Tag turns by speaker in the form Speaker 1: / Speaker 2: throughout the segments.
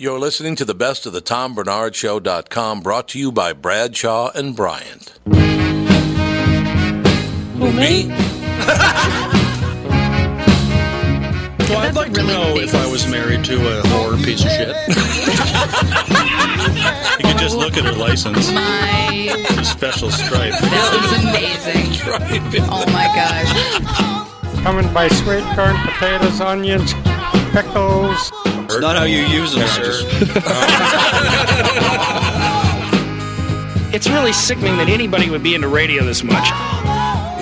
Speaker 1: You're listening to the best of the TomBernardShow.com brought to you by Bradshaw and Bryant.
Speaker 2: Who, me? So I'd like to know if I was married to a whore piece of shit. you could just look at her license.
Speaker 3: My,
Speaker 2: It's a special stripe.
Speaker 3: that was amazing. Oh my gosh.
Speaker 4: coming by sweet corn, potatoes, onions, pickles.
Speaker 2: It's not how you use them, sir.
Speaker 5: It's really sickening that anybody would be into radio this much.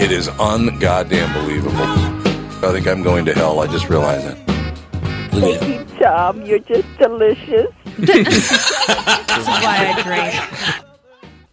Speaker 1: It is ungoddamn believable. I think I'm going to hell. I just realized that. Look at it.
Speaker 6: Tom, you're just delicious.
Speaker 3: This is why I drink.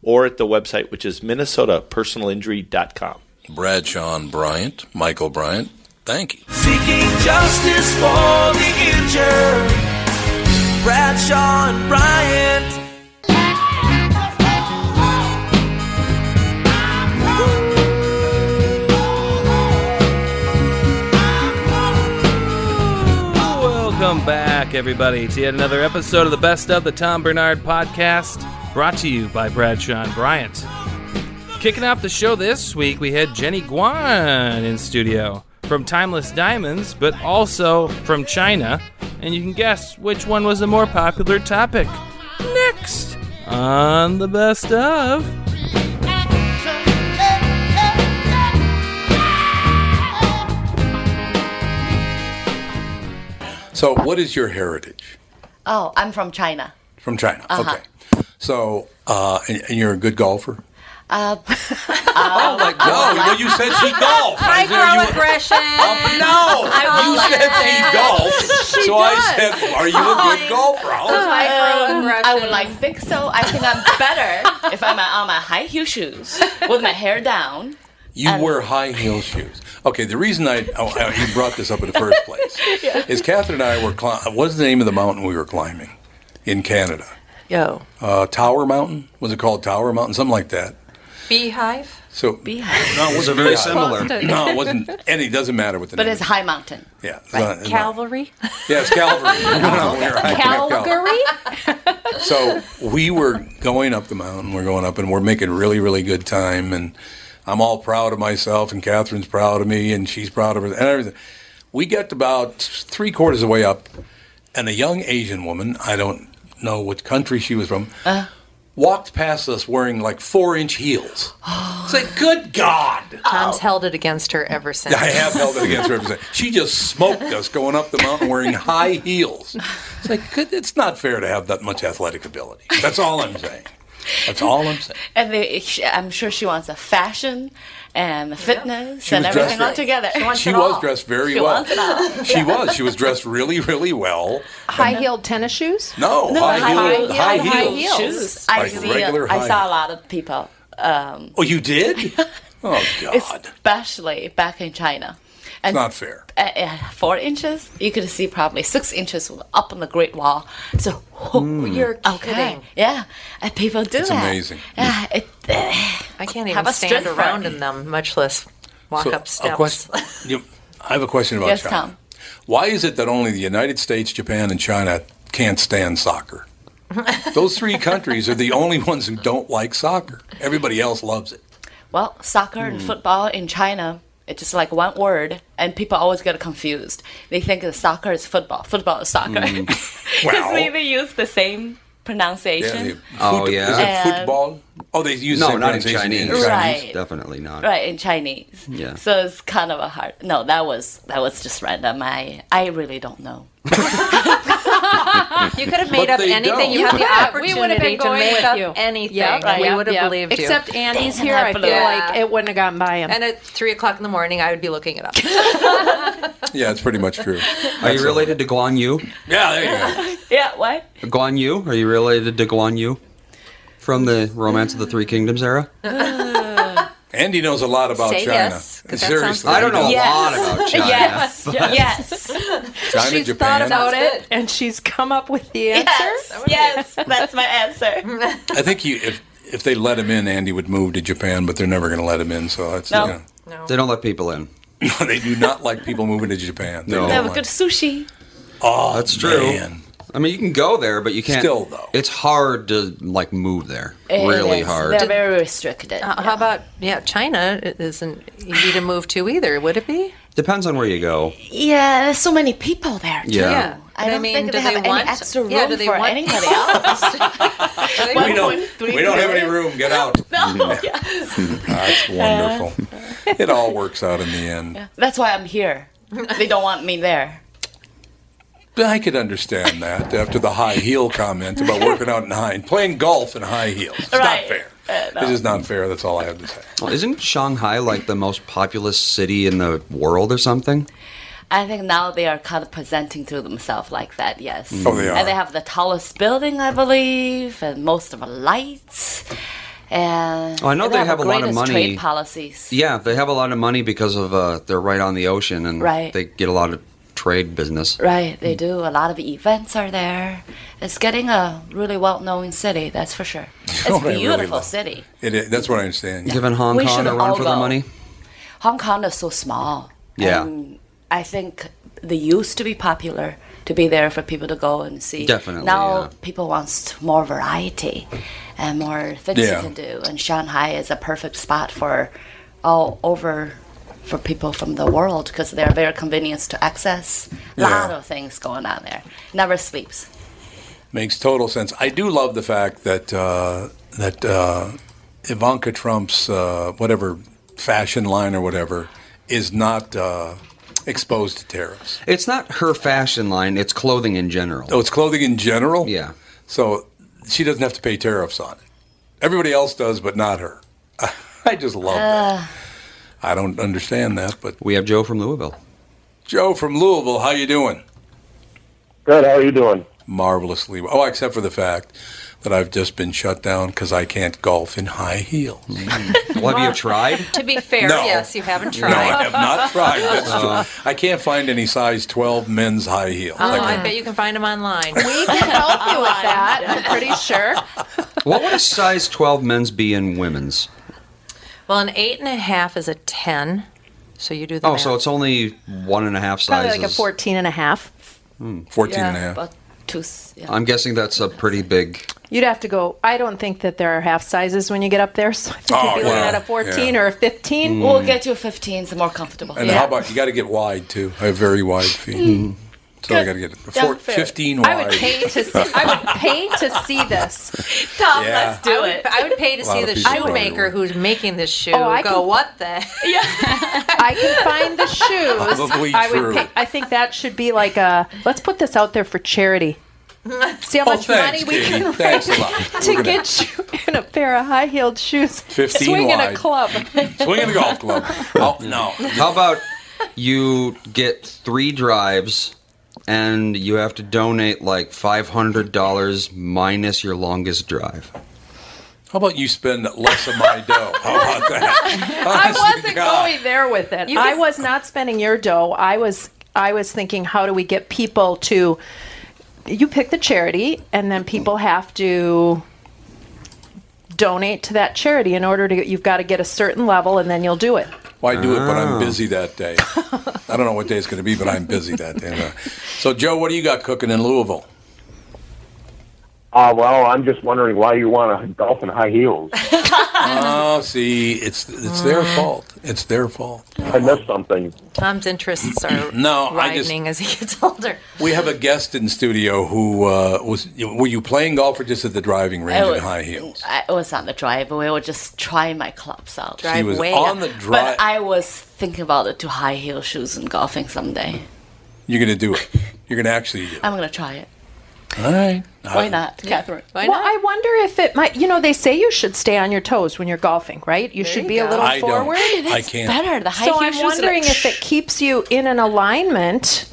Speaker 7: or at the website, which is minnesotapersonalinjury.com.
Speaker 1: Brad Sean Bryant, Michael Bryant. Thank you.
Speaker 8: Seeking justice for the injured. Bradshaw and Bryant.
Speaker 9: Welcome back, everybody, to yet another episode of the Best of the Tom Bernard Podcast, brought to you by Bradshaw and Bryant. Kicking off the show this week, we had Jenny Guan in studio from Timeless Diamonds, but also from China. And you can guess which one was the more popular topic. Next on the Best of.
Speaker 1: So, what is your heritage?
Speaker 3: Oh, I'm from China.
Speaker 1: From China. Okay. So, uh, and, and you're a good golfer?
Speaker 3: Uh,
Speaker 1: Oh, my God. No, well, you said she golfed. I said you- Um,
Speaker 3: aggression.
Speaker 1: No, you
Speaker 3: like
Speaker 1: said she
Speaker 3: that.
Speaker 1: golfed. so I said, "Are you a good golfer?" I was like,
Speaker 3: I would like think so. I think I'm better if I'm on my high heel shoes with my hair down.
Speaker 1: you wear high heel shoes. Okay, the reason I, oh, I you brought this up in the first place is Catherine and I were climbing. What's the name of the mountain we were climbing in Canada?
Speaker 6: Yo.
Speaker 1: Uh, Tower Mountain was it called Tower Mountain? Something like that.
Speaker 6: Beehive?
Speaker 1: So no, it
Speaker 2: Those are
Speaker 1: wasn't
Speaker 2: very
Speaker 1: Beehive.
Speaker 2: similar.
Speaker 1: No, it wasn't. And it doesn't matter what the
Speaker 3: But
Speaker 1: name.
Speaker 3: it's
Speaker 1: is.
Speaker 3: high mountain.
Speaker 1: yeah, it's not- it's not-
Speaker 6: Calvary?
Speaker 1: Yes, Calvary. No, we were hiking up Calvary.
Speaker 6: Calgary?
Speaker 1: So we were going up the mountain. We're going up, and we're making really, really good time. And I'm all proud of myself, and Catherine's proud of me, and she's proud of her, and everything. We get about three quarters of the way up, and a young Asian woman, I don't know what country she was from, walked past us wearing like four inch heels. It's like, good God.
Speaker 6: Tom's held it against her ever since.
Speaker 1: Oh. I have held it against her. ever since. She just smoked us going up the mountain wearing high heels. It's like could- it's not fair to have that much athletic ability. That's all I'm saying. That's all I'm saying.
Speaker 3: And they, I'm sure she wants a fashion and the fitness
Speaker 1: She
Speaker 3: and
Speaker 1: was
Speaker 3: everything
Speaker 1: dressed
Speaker 3: all
Speaker 1: very-
Speaker 3: together.
Speaker 1: She was dressed very
Speaker 3: She
Speaker 1: well.
Speaker 3: wants it all.
Speaker 1: She was. She was dressed really, really well.
Speaker 10: High heeled tennis shoes?
Speaker 1: No,
Speaker 3: No,
Speaker 1: high,
Speaker 3: high
Speaker 1: heel,
Speaker 3: heel-
Speaker 1: high,
Speaker 3: high
Speaker 1: heel
Speaker 3: heels.
Speaker 1: shoes.
Speaker 3: I
Speaker 1: like
Speaker 3: see.
Speaker 1: regular high
Speaker 3: I saw a lot of people. Um,
Speaker 1: Oh, you did? Oh, God. It's
Speaker 3: especially back in China. And
Speaker 1: not fair.
Speaker 3: uh, uh, four inches, you could see probably six inches up on the Great Wall. So, oh,
Speaker 1: Mm.
Speaker 6: You're
Speaker 3: okay,
Speaker 6: kidding.
Speaker 3: yeah, and people do
Speaker 6: It's
Speaker 3: that.
Speaker 6: amazing.
Speaker 3: Yeah, it,
Speaker 6: I can't
Speaker 3: Have
Speaker 6: even
Speaker 3: a
Speaker 6: stand
Speaker 3: strip
Speaker 6: around
Speaker 3: party.
Speaker 6: in them, much less walk
Speaker 1: So,
Speaker 6: up
Speaker 1: A
Speaker 6: steps.
Speaker 1: question, you- I have a question about
Speaker 6: Yes,
Speaker 1: China.
Speaker 6: Tom.
Speaker 1: Why is it that only the United States, Japan, and China can't stand soccer? Those three countries are the only ones who don't like soccer. Everybody else loves it.
Speaker 3: well, soccer and
Speaker 1: Mm.
Speaker 3: football in China, it's just like one word, and people always get confused. They think that soccer is football, football is soccer.
Speaker 1: Mm.
Speaker 3: Because
Speaker 1: Well.
Speaker 3: we, we use the same pronunciation.
Speaker 1: they-
Speaker 11: Oh,
Speaker 1: foot-
Speaker 11: yeah.
Speaker 1: Is it
Speaker 3: And-
Speaker 1: football? Oh, they use the
Speaker 11: no,
Speaker 1: same
Speaker 11: not in
Speaker 1: pronunciation
Speaker 11: Chinese.
Speaker 3: Chinese. Right.
Speaker 11: Definitely not.
Speaker 3: Right in Chinese,
Speaker 11: Yeah.
Speaker 3: so it's kind of a hard. No, that was that was just random. I I really don't know.
Speaker 6: Ah, you could have made up anything. You had the opportunity to make up anything.
Speaker 10: Yep,
Speaker 6: we
Speaker 10: yep,
Speaker 6: would have
Speaker 10: yep.
Speaker 6: believed you.
Speaker 10: Except Annie's Dang, here, I I feel blew it. like
Speaker 6: it wouldn't have gotten by him. And at three o'clock in the morning, I would be looking it up.
Speaker 1: Yeah, it's pretty much true.
Speaker 11: Are you related to Guan Yu?
Speaker 1: Yeah, there you go.
Speaker 3: yeah, what?
Speaker 11: Guan Yu? Are you related to Guan Yu? From the Romance of the Three Kingdoms era?
Speaker 1: Andy knows a lot about
Speaker 11: Say
Speaker 1: China.
Speaker 11: yes, 'cause that sounds
Speaker 1: Seriously,
Speaker 11: good. I don't know a
Speaker 10: Yes.
Speaker 11: lot about China.
Speaker 10: Yes.
Speaker 11: but-
Speaker 3: Yes.
Speaker 1: China,
Speaker 10: she's
Speaker 1: Japan.
Speaker 10: thought about it and she's come up with the answer.
Speaker 3: Yes, yes, that's my answer.
Speaker 1: I think he, if if they let him in, Andy would move to Japan, but they're never going to let him in. So that's
Speaker 3: No.
Speaker 1: you know.
Speaker 3: No.
Speaker 1: They don't let people in. no, they do not like people moving to Japan. They
Speaker 11: No.
Speaker 1: don't
Speaker 3: They have
Speaker 1: like-
Speaker 3: good sushi.
Speaker 1: Oh,
Speaker 11: that's true.
Speaker 1: man.
Speaker 11: I mean, you can go there, but you can't.
Speaker 1: Still, though,
Speaker 11: it's hard to like move there. really hard.
Speaker 3: very restricted.
Speaker 6: Uh, How about yeah? China isn't easy to move to either. Would it be?
Speaker 11: Depends on where you go.
Speaker 3: Yeah, there's so many people there. too.
Speaker 11: Yeah. Yeah.
Speaker 3: I
Speaker 6: But I
Speaker 3: don't
Speaker 6: mean,
Speaker 3: think
Speaker 6: do
Speaker 3: they have
Speaker 6: they
Speaker 3: any
Speaker 6: want-
Speaker 3: extra room
Speaker 6: yeah, do they
Speaker 3: for
Speaker 6: want-
Speaker 3: anybody else.
Speaker 1: we don't. We don't have any room. Get out.
Speaker 3: No,
Speaker 1: That's wonderful.
Speaker 3: Uh.
Speaker 1: it all works out in the end.
Speaker 3: That's why I'm here. They don't want me there.
Speaker 1: But I could understand that after the high heel comment about working out in high, playing golf in high heels. It's not fair.
Speaker 3: Uh,
Speaker 1: This is not fair. That's all I have to say.
Speaker 11: Well, isn't Shanghai like the most populous city in the world or something?
Speaker 3: I think now they are kind of presenting to themselves like that, yes.
Speaker 11: Oh, they are.
Speaker 3: And they have the tallest building, I believe, and most of the lights. And
Speaker 11: Oh, I know they have
Speaker 3: the
Speaker 11: a lot of
Speaker 3: greatest
Speaker 11: money.
Speaker 3: trade policies.
Speaker 11: Yeah, they have a lot of money because of uh, they're right on the ocean and
Speaker 3: Right.
Speaker 11: they get a lot of trade business.
Speaker 3: Right, they do. A lot of events are there. It's getting a really well known city, that's for sure. It's
Speaker 1: Oh,
Speaker 3: a
Speaker 1: I really
Speaker 3: beautiful
Speaker 1: love-
Speaker 3: city.
Speaker 1: It is, that's what I understand.
Speaker 11: Given Hong
Speaker 3: We
Speaker 11: Kong
Speaker 3: should
Speaker 11: a run
Speaker 3: all
Speaker 11: for their
Speaker 3: go.
Speaker 11: money.
Speaker 3: Hong Kong is so small.
Speaker 11: Yeah.
Speaker 3: And I think they used to be popular to be there for people to go and see.
Speaker 11: Definitely,
Speaker 3: Now
Speaker 11: yeah.
Speaker 3: people want more variety and more things
Speaker 11: Yeah.
Speaker 3: you can do. And Shanghai is a perfect spot for all over for people from the world because they're very convenient to access. A lot
Speaker 1: Yeah.
Speaker 3: of things going on there. Never sleeps.
Speaker 1: Makes total sense. I do love the fact that uh, that uh, Ivanka Trump's uh, whatever fashion line or whatever is not uh, exposed to tariffs.
Speaker 11: It's not her fashion line, it's clothing in general.
Speaker 1: Oh, it's clothing in general.
Speaker 11: Yeah.
Speaker 1: So she doesn't have to pay tariffs on it. Everybody else does, but not her. I just love that.
Speaker 6: Uh.
Speaker 1: I don't understand that, but
Speaker 11: we have Joe from Louisville.
Speaker 1: Joe from Louisville, how you doing?
Speaker 12: Good. How are you doing?
Speaker 1: Marvelously. well. Oh, except for the fact that I've just been shut down because I can't golf in high heels.
Speaker 11: Mm. well, have you tried?
Speaker 6: To be fair,
Speaker 1: No.
Speaker 6: yes, you haven't
Speaker 1: No,
Speaker 6: tried.
Speaker 1: I have not tried. That's true. I can't find any size 12 men's high heel.
Speaker 6: Oh,
Speaker 1: Like,
Speaker 6: I bet you can find them online. We
Speaker 10: can help you with that. I'm pretty sure.
Speaker 11: What would a size 12 men's be in women's?
Speaker 6: Well, an eight and a half is a ten, so you do the
Speaker 11: Oh,
Speaker 6: math.
Speaker 11: so it's only one and a half
Speaker 10: Probably
Speaker 11: sizes.
Speaker 10: like a 14 and a half.
Speaker 11: Hmm, 14 and a
Speaker 10: Yeah,
Speaker 11: half.
Speaker 10: but
Speaker 11: I'm guessing that's a pretty big.
Speaker 10: You'd have to go. I don't think that there are half sizes when you get up there, so I think
Speaker 1: Oh,
Speaker 10: you'd be looking
Speaker 1: yeah,
Speaker 10: at a 14
Speaker 1: yeah.
Speaker 10: or a 15.
Speaker 1: Mm. We'll get
Speaker 3: you a 15, it's more comfortable.
Speaker 1: And how about you got to get wide too? I have very wide feet.
Speaker 10: Mm.
Speaker 1: So I got to get
Speaker 10: Yeah,
Speaker 1: four,
Speaker 10: fair.
Speaker 1: 15 wide.
Speaker 10: I would pay to see. I would pay to see this.
Speaker 6: Tom,
Speaker 1: Yeah. let's do
Speaker 6: I would,
Speaker 10: it.
Speaker 6: I would pay to
Speaker 10: A lot
Speaker 6: see
Speaker 10: of
Speaker 6: the
Speaker 10: people probably
Speaker 6: shoemaker who's making this shoe.
Speaker 10: Oh, I
Speaker 6: go
Speaker 10: can-
Speaker 6: what the?
Speaker 10: Yeah, I can find the shoes.
Speaker 6: Probably
Speaker 10: I would.
Speaker 6: true.
Speaker 10: Pay, I think that should be like a. Let's put this out there for charity. See how
Speaker 1: Oh,
Speaker 10: much
Speaker 1: thanks,
Speaker 10: money we
Speaker 1: Katie.
Speaker 10: can
Speaker 1: Thanks a
Speaker 10: raise
Speaker 1: lot.
Speaker 10: to
Speaker 1: We're gonna-
Speaker 10: get you in a pair of high heeled shoes,
Speaker 1: 15
Speaker 10: swinging a
Speaker 1: wide.
Speaker 10: club.
Speaker 1: Swinging the golf club. Oh no.
Speaker 11: How about you get three drives and you have to donate like $500 minus your longest drive?
Speaker 1: How about you spend less of my dough? How about that?
Speaker 10: I
Speaker 1: Honest to
Speaker 10: wasn't
Speaker 1: God.
Speaker 10: going there with it.
Speaker 6: You
Speaker 10: I
Speaker 6: can-
Speaker 10: was not spending your dough. I was I was thinking how do we get people to you pick the charity and then people have to donate to that charity in order to get you've got to get a certain level and then you'll do it.
Speaker 1: Why do it? But I'm
Speaker 11: Oh.
Speaker 1: busy that day. I don't know what day it's going to be, but I'm busy that day. So, Joe, what do you got cooking in Louisville?
Speaker 12: Uh, well, I'm just wondering why you want to golf in high heels.
Speaker 1: Oh, see, it's it's their fault. It's their fault.
Speaker 12: I missed something.
Speaker 6: Tom's interests are
Speaker 1: No, I just
Speaker 6: widening as he gets older.
Speaker 1: we have a guest in studio who uh, was. Were you playing golf or just at the driving range
Speaker 3: I
Speaker 1: in
Speaker 3: was-
Speaker 1: high heels?
Speaker 3: I was on the drive. We were just trying my clubs out.
Speaker 1: She was Driveway. on the dri-
Speaker 3: But I was thinking about the two high heel shoes and golfing someday.
Speaker 1: You're going to do it. You're going to actually do it.
Speaker 3: I'm gonna try it.
Speaker 1: All right.
Speaker 3: Why not, Catherine?
Speaker 10: well, I wonder if it might. You know, they say you should stay on your toes when you're golfing, right? You should
Speaker 3: you
Speaker 10: be a
Speaker 3: go.
Speaker 10: little
Speaker 1: I don't.
Speaker 10: forward.
Speaker 1: I can't.
Speaker 3: better. The high
Speaker 10: so
Speaker 3: heel
Speaker 10: I'm
Speaker 3: shoes are like,
Speaker 10: wondering if it keeps you in an alignment.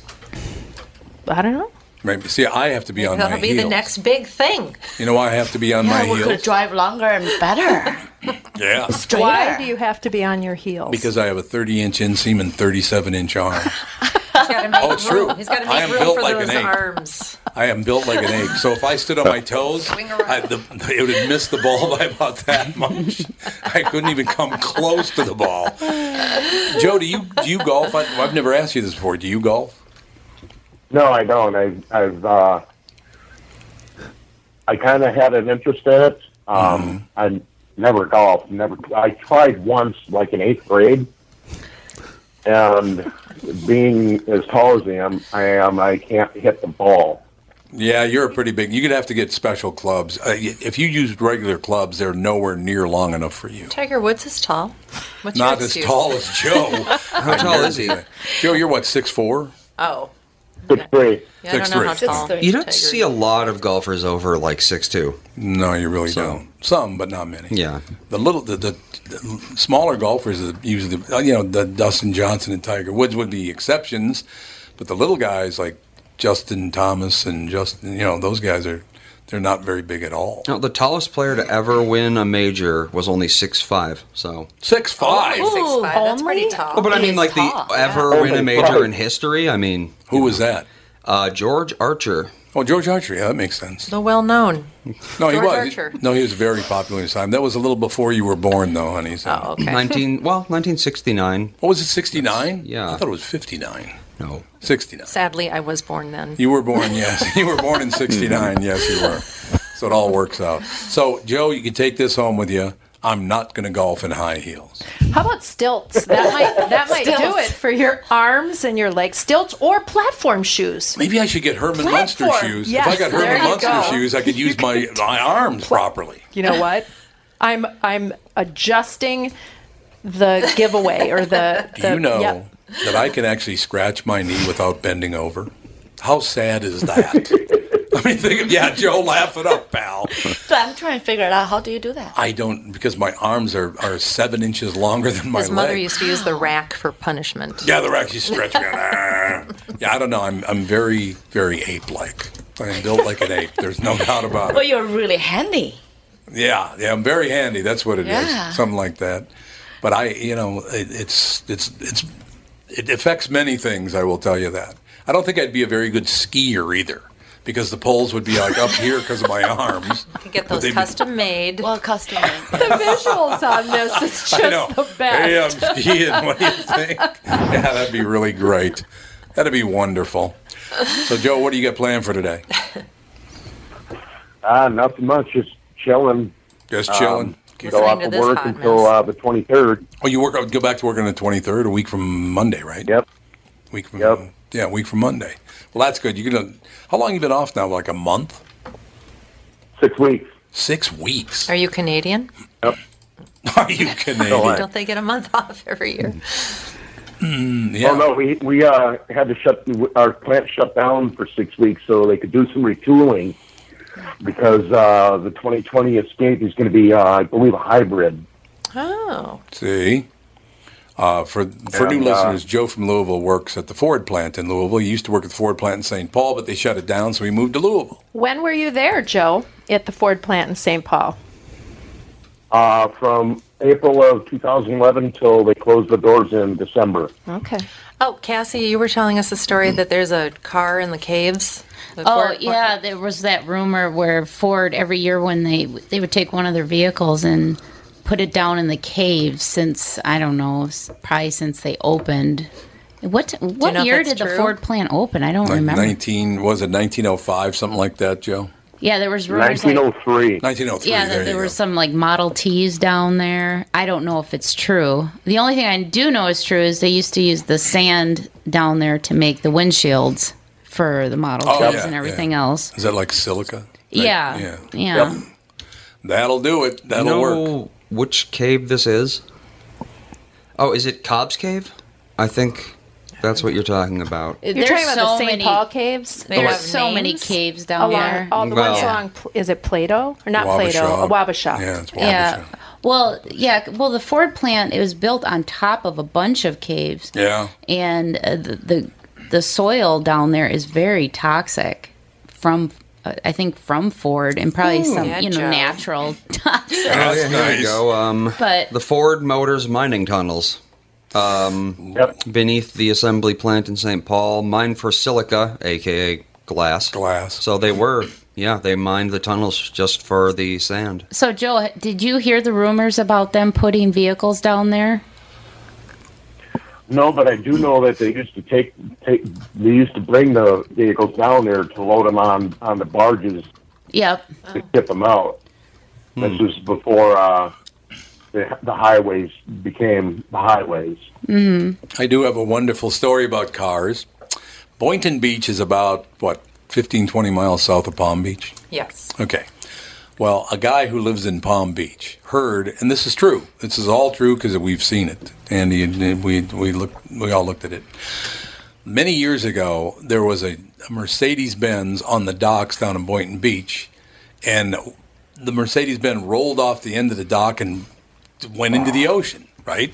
Speaker 10: I don't know.
Speaker 1: Right. but See, I have to be on my
Speaker 6: That'll be
Speaker 1: heels.
Speaker 6: the next big thing.
Speaker 1: You know, why I have to be on my
Speaker 3: yeah, we could
Speaker 1: heels.
Speaker 3: drive longer and better.
Speaker 1: Yeah.
Speaker 10: Why do you have to be on your heels?
Speaker 1: Because I have a 30 inch inseam and 37 inch arm.
Speaker 6: oh,
Speaker 1: it's true.
Speaker 6: He's got to
Speaker 1: I
Speaker 6: make
Speaker 1: am
Speaker 6: room
Speaker 1: built
Speaker 6: for
Speaker 1: like an
Speaker 6: those
Speaker 1: ape.
Speaker 6: arms.
Speaker 1: I am built like an ape. So if I stood on my toes, I, the, it would have missed the ball by about that much. I couldn't even come close to the ball. Joe, do you do you golf? I, I've never asked you this before. Do you golf?
Speaker 12: No, I don't. I, I've uh, I kind of had an interest in it.
Speaker 3: Mm-hmm.
Speaker 12: Um, I never golfed. Never. I tried once, like in eighth grade, and being as tall as I am, I am. I can't hit the ball.
Speaker 1: Yeah, you're a pretty big. You're gonna have to get special clubs. Uh, y- if you used regular clubs, they're nowhere near long enough for you.
Speaker 6: Tiger Woods is tall. What's your
Speaker 1: Not as
Speaker 6: excuse?
Speaker 1: tall as Joe.
Speaker 11: How tall is he?
Speaker 1: Joe, you're what six four?
Speaker 6: Oh,
Speaker 12: Six three.
Speaker 6: yeah, I don't know how tall.
Speaker 11: You don't see a lot of golfers over like six two.
Speaker 1: No, you really don't. Some, but not many.
Speaker 11: Yeah.
Speaker 1: The little, the, the, the smaller golfers are usually, the, you know, the Dustin Johnson and Tiger Woods would be exceptions, but the little guys like Justin Thomas and Justin, you know, those guys are, they're not very big at all.
Speaker 11: No, the tallest player to ever win a major was only six five. So.
Speaker 1: Six five.
Speaker 6: Ooh, six five. That's pretty tall.
Speaker 11: Oh, but I mean, like the ever win a major in history. I mean,
Speaker 1: who was that?
Speaker 11: Uh, George Archer.
Speaker 1: Oh, George Archer. Yeah, that makes sense.
Speaker 6: The well known.
Speaker 1: No, he
Speaker 6: George
Speaker 1: was.
Speaker 6: Archer.
Speaker 1: No, he was very popular at the time. That was a little before you were born, though, honey. So. Oh,
Speaker 6: okay.
Speaker 11: Nineteen. Well, nineteen sixty nine.
Speaker 1: What was it? Sixty nine.
Speaker 11: Yeah.
Speaker 1: I thought it was fifty nine.
Speaker 11: No.
Speaker 1: Sixty nine.
Speaker 6: Sadly, I was born then.
Speaker 1: You were born, yes. You were born in '69, yes, you were. So it all works out. So, Joe, you can take this home with you. I'm not going to golf in high heels.
Speaker 10: How about stilts? That might that might do
Speaker 3: Stilts.
Speaker 10: it for your arms and your legs. Stilts or platform shoes.
Speaker 1: Maybe I should get Herman
Speaker 10: Platform.
Speaker 1: Munster shoes. if I
Speaker 10: Yes,
Speaker 1: got
Speaker 10: there
Speaker 1: Herman
Speaker 10: you
Speaker 1: Munster
Speaker 10: go.
Speaker 1: shoes, I could use my, my arms properly.
Speaker 10: You know what? I'm I'm adjusting the giveaway or the.
Speaker 1: Do
Speaker 10: the
Speaker 1: you know
Speaker 10: yeah.
Speaker 1: that I can actually scratch my knee without bending over? How sad is that? I mean, think of, yeah, Joe, laugh it up, pal.
Speaker 3: So I'm trying to figure it out. How do you do that?
Speaker 1: I don't, because my arms are, are seven inches longer than my
Speaker 6: His mother
Speaker 1: legs.
Speaker 6: used to use the rack for punishment.
Speaker 1: Yeah, they're actually stretching out. Ah. yeah, I don't know. I'm I'm very very ape like. I'm built like an ape. There's no doubt about
Speaker 3: Well,
Speaker 1: it.
Speaker 3: you're really handy.
Speaker 1: Yeah, yeah. I'm very handy. That's what it is.
Speaker 3: Yeah.
Speaker 1: Something like that. But I, you know, it, it's it's it's it affects many things. I will tell you that. I don't think I'd be a very good skier either, because the poles would be like up here because of my arms.
Speaker 6: You could get
Speaker 1: But
Speaker 6: those
Speaker 1: they'd be-
Speaker 6: custom made.
Speaker 3: Well, custom made.
Speaker 10: The visuals on this is
Speaker 1: I
Speaker 10: just the
Speaker 1: Hey, I'm
Speaker 10: best.
Speaker 1: skiing. What do you think? yeah, that'd be really great. That'd be wonderful. So, Joe, what do you got planned for today?
Speaker 12: Uh, nothing much. Just chilling.
Speaker 1: Just chilling.
Speaker 12: Um, go out
Speaker 6: Listening to
Speaker 12: to
Speaker 6: this
Speaker 12: work
Speaker 6: hot
Speaker 12: until
Speaker 6: mess.
Speaker 12: uh, the 23rd.
Speaker 1: Oh, you work out, go back to work on the 23rd, a week from Monday, right?
Speaker 12: Yep.
Speaker 1: Week from yep. Yeah, a week from Monday. Well, that's good. You're gonna. How long you been off now? Like a month?
Speaker 12: Six weeks.
Speaker 1: Six weeks?
Speaker 6: Are you Canadian?
Speaker 1: Are you Canadian?
Speaker 10: Mm.
Speaker 6: Don't they get a month off every year?
Speaker 1: yeah.
Speaker 12: Oh no, we we uh, had to shut our plant shut down for six weeks so they could do some retooling because uh, the 2020 Escape is going to be, uh, I believe, a hybrid.
Speaker 6: Oh.
Speaker 1: See, uh, for for new
Speaker 12: And, uh,
Speaker 1: listeners, Joe from Louisville works at the Ford plant in Louisville. He used to work at the Ford plant in St. Paul, but they shut it down, so he moved to Louisville.
Speaker 10: When were you there, Joe, at the Ford plant in St. Paul?
Speaker 12: Uh, from April of 2011 till they closed the doors in December.
Speaker 10: Okay.
Speaker 6: Oh, Cassie, you were telling us a story
Speaker 1: Mm.
Speaker 6: that there's a car in the caves. The
Speaker 13: Oh
Speaker 6: Ford-
Speaker 13: yeah, there was that rumor where Ford every year when they they would take one of their vehicles and put it down in the cave since I don't know, s- probably since they opened. What what
Speaker 6: know if
Speaker 13: year
Speaker 6: that's
Speaker 13: did
Speaker 6: true?
Speaker 13: the Ford plant open? I don't
Speaker 1: Like
Speaker 13: remember.
Speaker 1: 19 was it 1905, something like that, Joe?
Speaker 13: yeah, there was rumors like
Speaker 12: 1903.
Speaker 1: 1903.
Speaker 13: yeah,
Speaker 1: oh- there
Speaker 13: that there
Speaker 1: you
Speaker 13: were some like Model Ts down there. I don't know if it's true. The only thing I do know is true is they used to use the sand down there to make the windshields for the Model
Speaker 1: Oh,
Speaker 13: Ts
Speaker 1: yeah,
Speaker 13: and
Speaker 1: yeah.
Speaker 13: everything else.
Speaker 1: go. Is that like silica?
Speaker 13: Yeah,
Speaker 1: yeah.
Speaker 13: yeah. Yep.
Speaker 1: That'll do it. That'll work.
Speaker 11: Which cave this is? Oh, is it Cobb's Cave? I think that's what you're talking about.
Speaker 10: You're
Speaker 13: There's
Speaker 10: talking about the
Speaker 13: so
Speaker 10: St.
Speaker 13: many-
Speaker 10: Paul caves.
Speaker 13: They There's have so many names? caves down
Speaker 10: along,
Speaker 13: there.
Speaker 10: All the ones
Speaker 11: Well-
Speaker 10: along, Pl- is it Plato or not Plato?
Speaker 11: Wabasha.
Speaker 10: Wabasha.
Speaker 11: Yeah, it's
Speaker 13: Yeah. Well, yeah. Well, the Ford plant it was built on top of a bunch of caves,
Speaker 1: Yeah.
Speaker 13: and uh, the, the the soil down there is very toxic from uh, I think from Ford and probably
Speaker 10: Ooh.
Speaker 13: some
Speaker 10: Yeah,
Speaker 13: you know
Speaker 10: Joe.
Speaker 13: natural.
Speaker 11: Oh, yeah, here we go. Um,
Speaker 13: But-
Speaker 11: the Ford Motors mining tunnels. Um, Beneath the assembly plant in St. Paul, mined for silica, aka glass.
Speaker 1: Glass.
Speaker 11: So they were, yeah, they mined the tunnels just for the sand.
Speaker 13: so, Joe, did you hear the rumors about them putting vehicles down there?
Speaker 12: No, but I do know that they used to take, take they used to bring the vehicles down there to load them on on the barges
Speaker 13: Yep.
Speaker 12: to tip them out. This
Speaker 11: Hmm.
Speaker 12: was before uh, the, the highways became the highways.
Speaker 13: Mm.
Speaker 1: I do have a wonderful story about cars. Boynton Beach is about what 15, 20 miles south of Palm Beach.
Speaker 6: Yes.
Speaker 1: Okay. Well, a guy who lives in Palm Beach heard, and this is true. This is all true because we've seen it. Andy and we we looked, we all looked at it. Many years ago, there was a, a Mercedes Benz on the docks down in Boynton Beach, and the Mercedes Benz rolled off the end of the dock and went into the ocean. Right.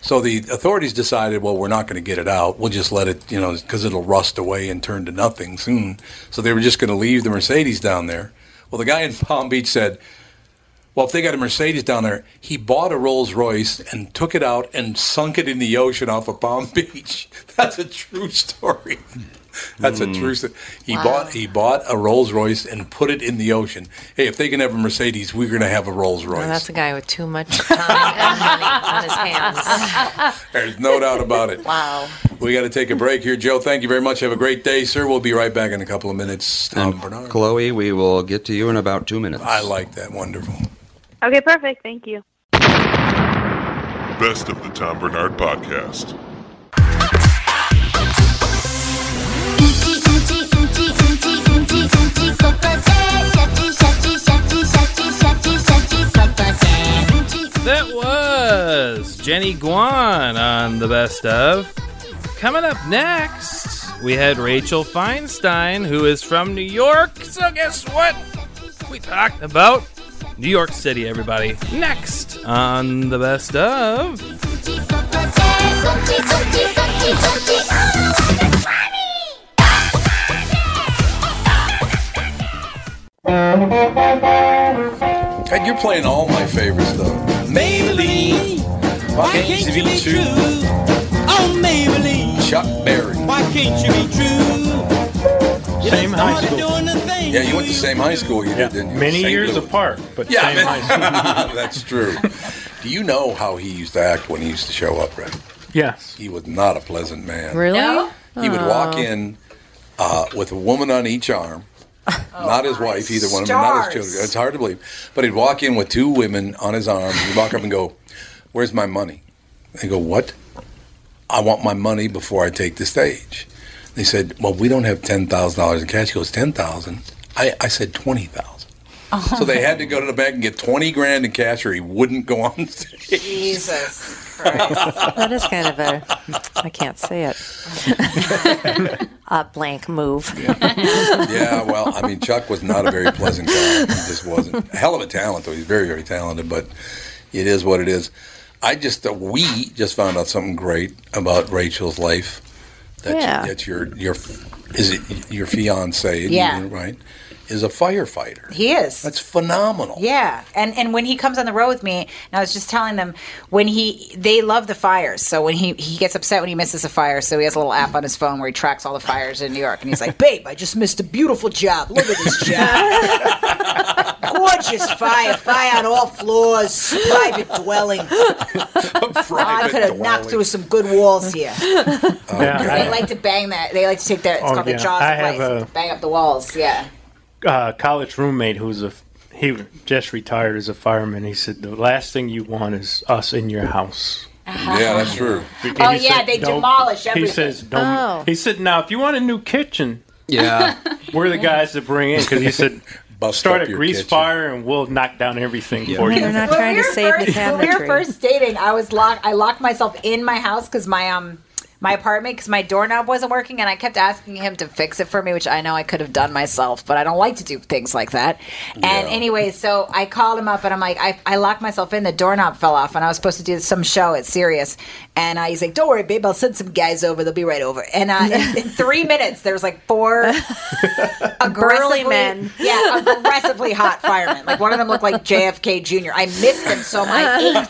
Speaker 1: So the authorities decided, well, we're not going to get it out. We'll just let it, you know, because it'll rust away and turn to nothing soon. So they were just going to leave the Mercedes down there. Well, the guy in Palm Beach said, well, if they got a Mercedes down there, he bought a Rolls Royce and took it out and sunk it in the ocean off of Palm Beach. That's a true story. That's a true story. He
Speaker 14: Wow.
Speaker 1: bought he bought a Rolls Royce and put it in the ocean. Hey, if they can have a Mercedes, we're going to have a Rolls
Speaker 6: Oh,
Speaker 1: Royce.
Speaker 6: that's a guy with too much time and money on his hands.
Speaker 1: There's no doubt about it.
Speaker 6: Wow.
Speaker 1: We got to take a break here, Joe. Thank you very much. Have a great day, sir. We'll be right back in a couple of minutes. Tom Bernard.
Speaker 11: Um, Chloe, we will get to you in about two minutes.
Speaker 1: I like that. Wonderful.
Speaker 15: Okay, perfect. Thank you.
Speaker 16: Best of the Tom Bernard Podcast.
Speaker 9: That was Jenny Guan on the best of. Coming up next, we had Rachel Feinstein, who is from New York. So guess what? We talked about New York City, everybody. Next on the best of.
Speaker 1: God, you're playing all my favorites, though.
Speaker 8: Maybelline, why can't you be true? Oh, Maybelline,
Speaker 1: Chuck Berry.
Speaker 8: why can't you be true?
Speaker 1: Same high school.
Speaker 8: Doing the thing.
Speaker 1: Yeah, you went to the same high school you did, didn't you?
Speaker 14: Many
Speaker 1: St.
Speaker 14: years
Speaker 1: Louis.
Speaker 14: apart, but
Speaker 1: yeah,
Speaker 14: same
Speaker 1: man-
Speaker 14: high school.
Speaker 1: that's true. Do you know how he used to act when he used to show up, Right?
Speaker 14: Yes.
Speaker 1: He was not a pleasant man.
Speaker 14: Really? No?
Speaker 1: He would walk
Speaker 14: Oh.
Speaker 1: in uh, with a woman on each arm. not his wife, either one of them, not his
Speaker 14: Oh, stars.
Speaker 1: children. It's hard to believe. But he'd walk in with two women on his arm. He'd walk up and go, Where's my money? They go, What? I want my money before I take the stage. They said, Well, we don't have $10,000 in cash. He goes, 10000 I, I said 20000
Speaker 14: Oh.
Speaker 1: So they had to go to the bank and get 20 grand in cash or he wouldn't go on stage.
Speaker 6: Jesus Christ.
Speaker 14: that is kind of a, I can't say it, a blank move.
Speaker 1: yeah, well, I mean, Chuck was not a very pleasant guy. He just wasn't. Hell of a talent, though. He's very, very talented, but it is what it is. I just, uh, we just found out something great about Rachel's life. That
Speaker 14: Yeah.
Speaker 1: That's your, your, is it your fiance?
Speaker 17: Yeah.
Speaker 1: Right? Is a firefighter.
Speaker 17: He is.
Speaker 1: That's phenomenal.
Speaker 17: Yeah, and and when he comes on the road with me, and I was just telling them when he they love the fires. So when he he gets upset when he misses a fire, so he has a little app on his phone where he tracks all the fires in New York, and he's like, "Babe, I just missed a beautiful job. Look at this job, gorgeous fire, fire on all floors, private dwelling. I could have knocked through some good walls here."
Speaker 4: yeah,
Speaker 17: They like to bang that. They like to take their. It's
Speaker 4: Oh,
Speaker 17: called
Speaker 4: yeah.
Speaker 17: the jaws
Speaker 4: I
Speaker 17: of
Speaker 4: have
Speaker 17: life.
Speaker 4: a-
Speaker 17: bang up the walls. Yeah.
Speaker 4: uh, college roommate who's a he just retired as a fireman. He said the last thing you want is us in your house.
Speaker 1: Yeah, that's true.
Speaker 17: Oh, yeah, they demolish
Speaker 4: He
Speaker 17: everything.
Speaker 4: says don't.
Speaker 17: Oh.
Speaker 4: He said now if you want a new kitchen,
Speaker 11: Yeah.
Speaker 4: we're the guys to bring in because he said start a grease fire and we'll knock down everything for you.
Speaker 14: They're not trying to save
Speaker 17: When we were
Speaker 14: cabinetry.
Speaker 17: first dating, I was locked. I locked myself in my house because my um my apartment because my doorknob wasn't working, and I kept asking him to fix it for me, which I know I could have done myself, but I don't like to do things like that. And anyway, so I called him up, and I'm like, I, I locked myself in. The doorknob fell off, and I was supposed to do some show at Sirius, and uh, he's like, "Don't worry, babe, I'll send some guys over. They'll be right over." And uh, in, in three minutes, there was like four aggressively
Speaker 14: men.
Speaker 17: yeah, aggressively hot firemen. Like one of them looked like JFK Jr. I missed them so much. I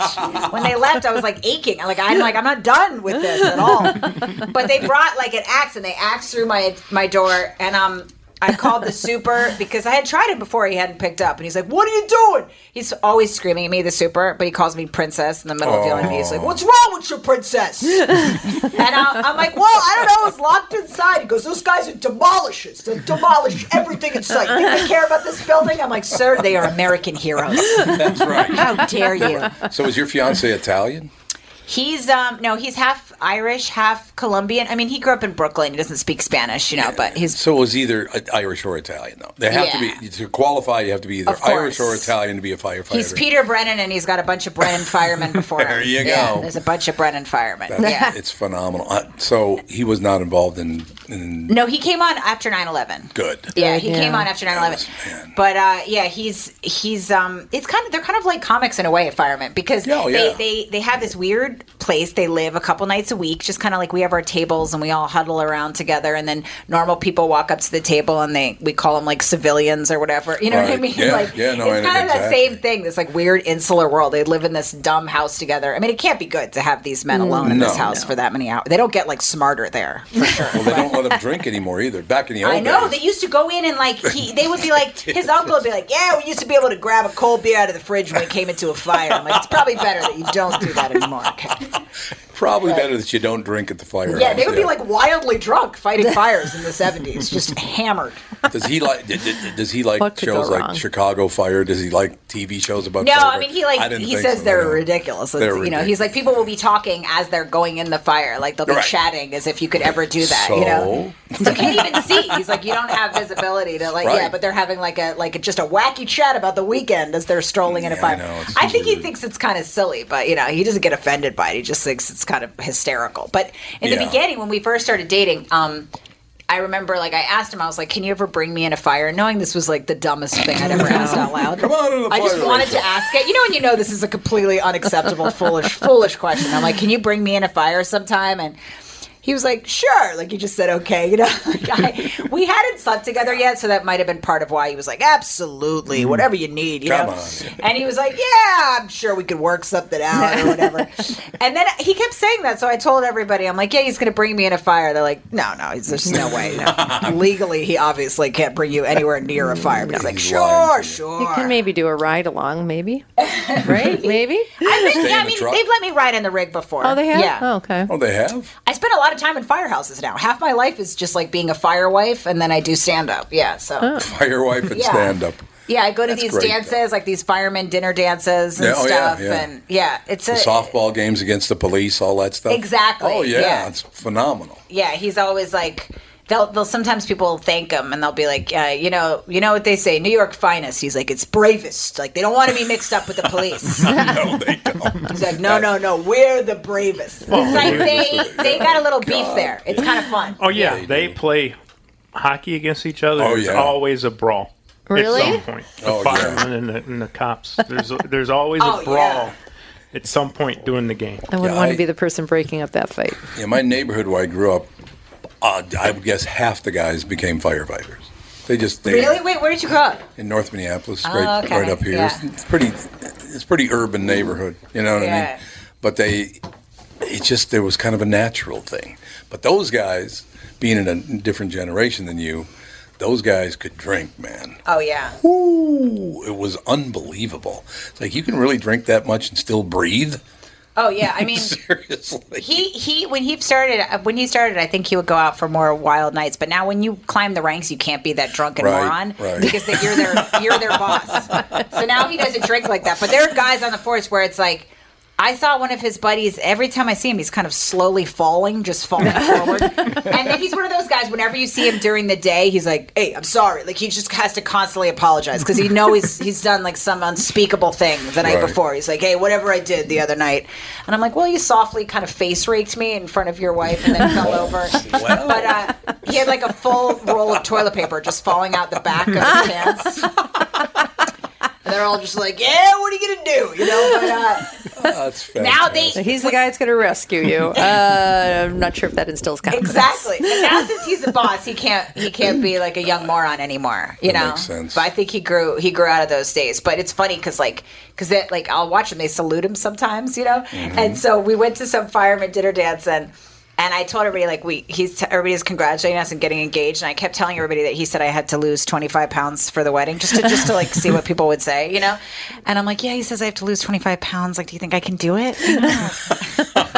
Speaker 17: ached. When they left, I was like aching. I'm like I'm like I'm not done with this at all. But they brought like an axe and they axed through my my door and um. I called the super because I had tried him before. He hadn't picked up, and he's like, "What are you doing?" He's always screaming at me, the super, but he calls me princess in the middle of yelling at me. He's like, "What's wrong with your princess?" And I, I'm like, well, I don't know. It's locked inside. He goes, those guys are demolishers. They demolish everything in sight. Think they care about this building? I'm like, sir, they are American heroes.
Speaker 1: That's right.
Speaker 17: How dare you?
Speaker 1: So is your fiance Italian?
Speaker 17: He's um no, he's half Irish, half Colombian. I mean, he grew up in Brooklyn. He doesn't speak Spanish, you know, but he's
Speaker 1: So it was either uh, Irish or Italian, though. They have
Speaker 17: Uh, Yeah.
Speaker 1: to be to qualify. You have to be either
Speaker 17: Of
Speaker 1: Irish or
Speaker 17: course.
Speaker 1: Italian to be a firefighter.
Speaker 17: he's Peter Brennan, and he's got a bunch of Brennan firemen before him.
Speaker 1: There you
Speaker 17: Yeah,
Speaker 1: go.
Speaker 17: there's a bunch of Brennan firemen.
Speaker 1: That's-
Speaker 17: yeah.
Speaker 1: It's phenomenal. Uh, So he was not involved in, in
Speaker 17: No, he came on after 9/11.
Speaker 1: good.
Speaker 17: Yeah, he came on after 9/11. But uh, yeah, he's he's um it's kind of they're kind of like comics in a way at Fireman because
Speaker 1: Yeah, oh,
Speaker 17: they,
Speaker 1: yeah.
Speaker 17: they they have this weird place they live a couple nights a week just kind of like we have our tables and we all huddle around together and then normal people walk up to the table and they we call them like civilians or whatever. You know what I
Speaker 1: Right.
Speaker 17: mean?
Speaker 1: Yeah,
Speaker 17: like
Speaker 1: yeah, no, I
Speaker 17: it's
Speaker 1: know
Speaker 17: kind of that
Speaker 1: exactly.
Speaker 17: same thing. This like weird insular world. They live in this dumb house together. I mean, it can't be good to have these men alone in
Speaker 1: Mm, No.
Speaker 17: this house for that many hours. They don't get like smarter there.
Speaker 1: Well, they don't let him drink anymore either. Back in the old
Speaker 17: I know
Speaker 1: days.
Speaker 17: they used to go in and like he, they would be like his uncle would be like, yeah, we used to be able to grab a cold beer out of the fridge when it came into a fire. I'm like, it's probably better that you don't do that anymore. Okay?
Speaker 1: Probably better that you don't drink at the fire.
Speaker 17: Yeah, they would be like wildly drunk fighting fires in the 70s, just hammered.
Speaker 1: Does he like? Did, did- does he
Speaker 17: What
Speaker 1: like
Speaker 17: could go
Speaker 1: shows
Speaker 17: wrong?
Speaker 1: like Chicago Fire? Does he like TV shows about?
Speaker 17: No,
Speaker 1: fire?
Speaker 17: I mean he like
Speaker 1: didn't
Speaker 17: he
Speaker 1: think
Speaker 17: says
Speaker 1: so,
Speaker 17: they're
Speaker 1: no.
Speaker 17: ridiculous. It's-
Speaker 1: They're
Speaker 17: you know, he's
Speaker 1: ridiculous.
Speaker 17: like people will be talking as they're going in the fire, like they'll be
Speaker 1: Right.
Speaker 17: chatting as if you could ever do that. You know, you can't even see. He's like you don't have visibility to like yeah,
Speaker 1: Right.
Speaker 17: but they're having like a like just a wacky chat about the weekend as they're strolling in a fire.
Speaker 1: know, it's
Speaker 17: I think he thinks it's kind of silly, but you know he doesn't get offended by it. He just thinks it's kind of hysterical. But in the
Speaker 1: Yeah.
Speaker 17: beginning, when we first started dating, um. I remember, like, I asked him, I was like, can you ever bring me in a fire? Knowing this was, like, the dumbest thing I'd ever asked out loud.
Speaker 1: Come on in the
Speaker 17: I just
Speaker 1: fire,
Speaker 17: wanted to
Speaker 1: Rachel.
Speaker 17: ask it. You know, when you know this is a completely unacceptable, foolish, foolish question. I'm like, can you bring me in a fire sometime? And he was like, sure. Like, you just said, okay. You know, Like, I, we hadn't slept together yet, so that might have been part of why he was like, absolutely,
Speaker 14: Mm.
Speaker 17: whatever you need. You
Speaker 8: Come
Speaker 17: know?
Speaker 8: on.
Speaker 17: And he was like, yeah, I'm sure we could work something out or whatever. and then he kept saying that, so I told everybody, I'm like, yeah, he's going to bring me in a fire. They're like, no, no, he's- there's no way. No. Legally, he obviously can't bring you anywhere near a fire. But he's like, sure, sure.
Speaker 14: You can maybe do a ride along, maybe. Right? Maybe?
Speaker 17: I've been,
Speaker 14: Stay
Speaker 17: yeah,
Speaker 14: in
Speaker 17: I
Speaker 14: the
Speaker 17: mean,
Speaker 14: truck?
Speaker 17: they've let me ride in the rig before.
Speaker 14: Oh, they have?
Speaker 17: Yeah.
Speaker 14: Oh, okay.
Speaker 1: Oh, they have.
Speaker 17: I spend a lot of time in firehouses now. Half my life is just like being a fire wife, and then I do stand up. Yeah, so.
Speaker 1: Fire wife and
Speaker 17: Yeah.
Speaker 1: stand up.
Speaker 17: Yeah, I go to
Speaker 1: That's
Speaker 17: these
Speaker 1: great,
Speaker 17: dances, like these firemen dinner dances and
Speaker 1: Yeah, oh, yeah,
Speaker 17: stuff,
Speaker 1: yeah.
Speaker 17: and yeah, it's
Speaker 1: The
Speaker 17: a
Speaker 1: softball games against the police, all that stuff.
Speaker 17: Exactly,
Speaker 1: Oh yeah,
Speaker 17: yeah.
Speaker 1: it's phenomenal.
Speaker 17: yeah. He's always like, they'll they'll sometimes people will thank him and they'll be like, uh, you know, you know what they say, New York finest. He's like, it's bravest. Like they don't want to be mixed up with the police.
Speaker 8: No, they
Speaker 17: don't. He's like, no, no, no, we're the bravest. It's
Speaker 4: Oh,
Speaker 17: like
Speaker 4: we're
Speaker 17: they
Speaker 4: the-
Speaker 17: they got a little beef there. It's kind of fun.
Speaker 4: Oh yeah, they play hockey against each other.
Speaker 1: Oh,
Speaker 4: There's
Speaker 1: yeah.
Speaker 4: always a brawl.
Speaker 17: Really?
Speaker 4: At some point, the
Speaker 1: Oh, yeah.
Speaker 4: firemen and, the, and the cops. There's there's always
Speaker 17: Oh,
Speaker 4: a
Speaker 17: yeah.
Speaker 4: brawl at some point during the game.
Speaker 18: I wouldn't
Speaker 1: Yeah,
Speaker 18: want
Speaker 1: I-
Speaker 18: to be the person breaking up that fight.
Speaker 1: Yeah, my neighborhood where I grew up, uh, I would guess half the guys became firefighters. They just they
Speaker 17: Really? Wait, where did you grow up?
Speaker 1: in North Minneapolis,
Speaker 17: Oh,
Speaker 1: right,
Speaker 17: okay.
Speaker 1: right up here. It's,
Speaker 17: Yeah.
Speaker 1: it's pretty, it's pretty urban neighborhood. You know what I
Speaker 17: Yeah.
Speaker 1: mean? But they, it just there was kind of a natural thing. But those guys, being in a different generation than you, those guys could drink, man.
Speaker 17: Oh yeah.
Speaker 1: Ooh, it was unbelievable. It's like you can really drink that much and still breathe.
Speaker 17: Oh yeah. I mean,
Speaker 1: seriously.
Speaker 17: he he when he started uh, when he started, I think he would go out for more wild nights. But now when you climb the ranks, you can't be that drunken
Speaker 8: Right,
Speaker 17: moron
Speaker 8: right.
Speaker 17: because that you're their you're their boss. So now he doesn't drink like that. But there are guys on the force where it's like. I saw one of his buddies. Every time I see him, he's kind of slowly falling, just falling forward. and then he's one of those guys. Whenever you see him during the day, he's like, "Hey, I'm sorry." Like he just has to constantly apologize because he knows he's he's done like some unspeakable thing the night
Speaker 8: Right.
Speaker 17: before. He's like, "Hey, whatever I did the other night," and I'm like, "Well, you softly kind of face raked me in front of your wife and then fell over." But uh, he had like a full roll of toilet paper just falling out the back of his pants. And they're all just like, "Yeah, what are you gonna do?" You know. But, uh,
Speaker 1: That's
Speaker 17: Now they-
Speaker 18: He's the guy that's going to rescue you. Uh, I'm not sure if that instills confidence.
Speaker 17: Exactly. And now since he's a boss, he can't he can't be like a young moron anymore. You
Speaker 18: That
Speaker 17: know.
Speaker 18: makes sense.
Speaker 17: But I think he grew he grew out of those days. But it's funny because like because that like I'll watch him. They salute him sometimes. You know.
Speaker 18: Mm-hmm.
Speaker 8: Mhm.
Speaker 17: And so we went to some fireman dinner dance and. And I told everybody like we he's everybody's congratulating us and getting engaged, and I kept telling everybody that he said I had to lose twenty five pounds for the wedding just to just to like see what people would say, you know. And I'm like, yeah, he says I have to lose twenty five pounds. Like, do you think I can do it? You know?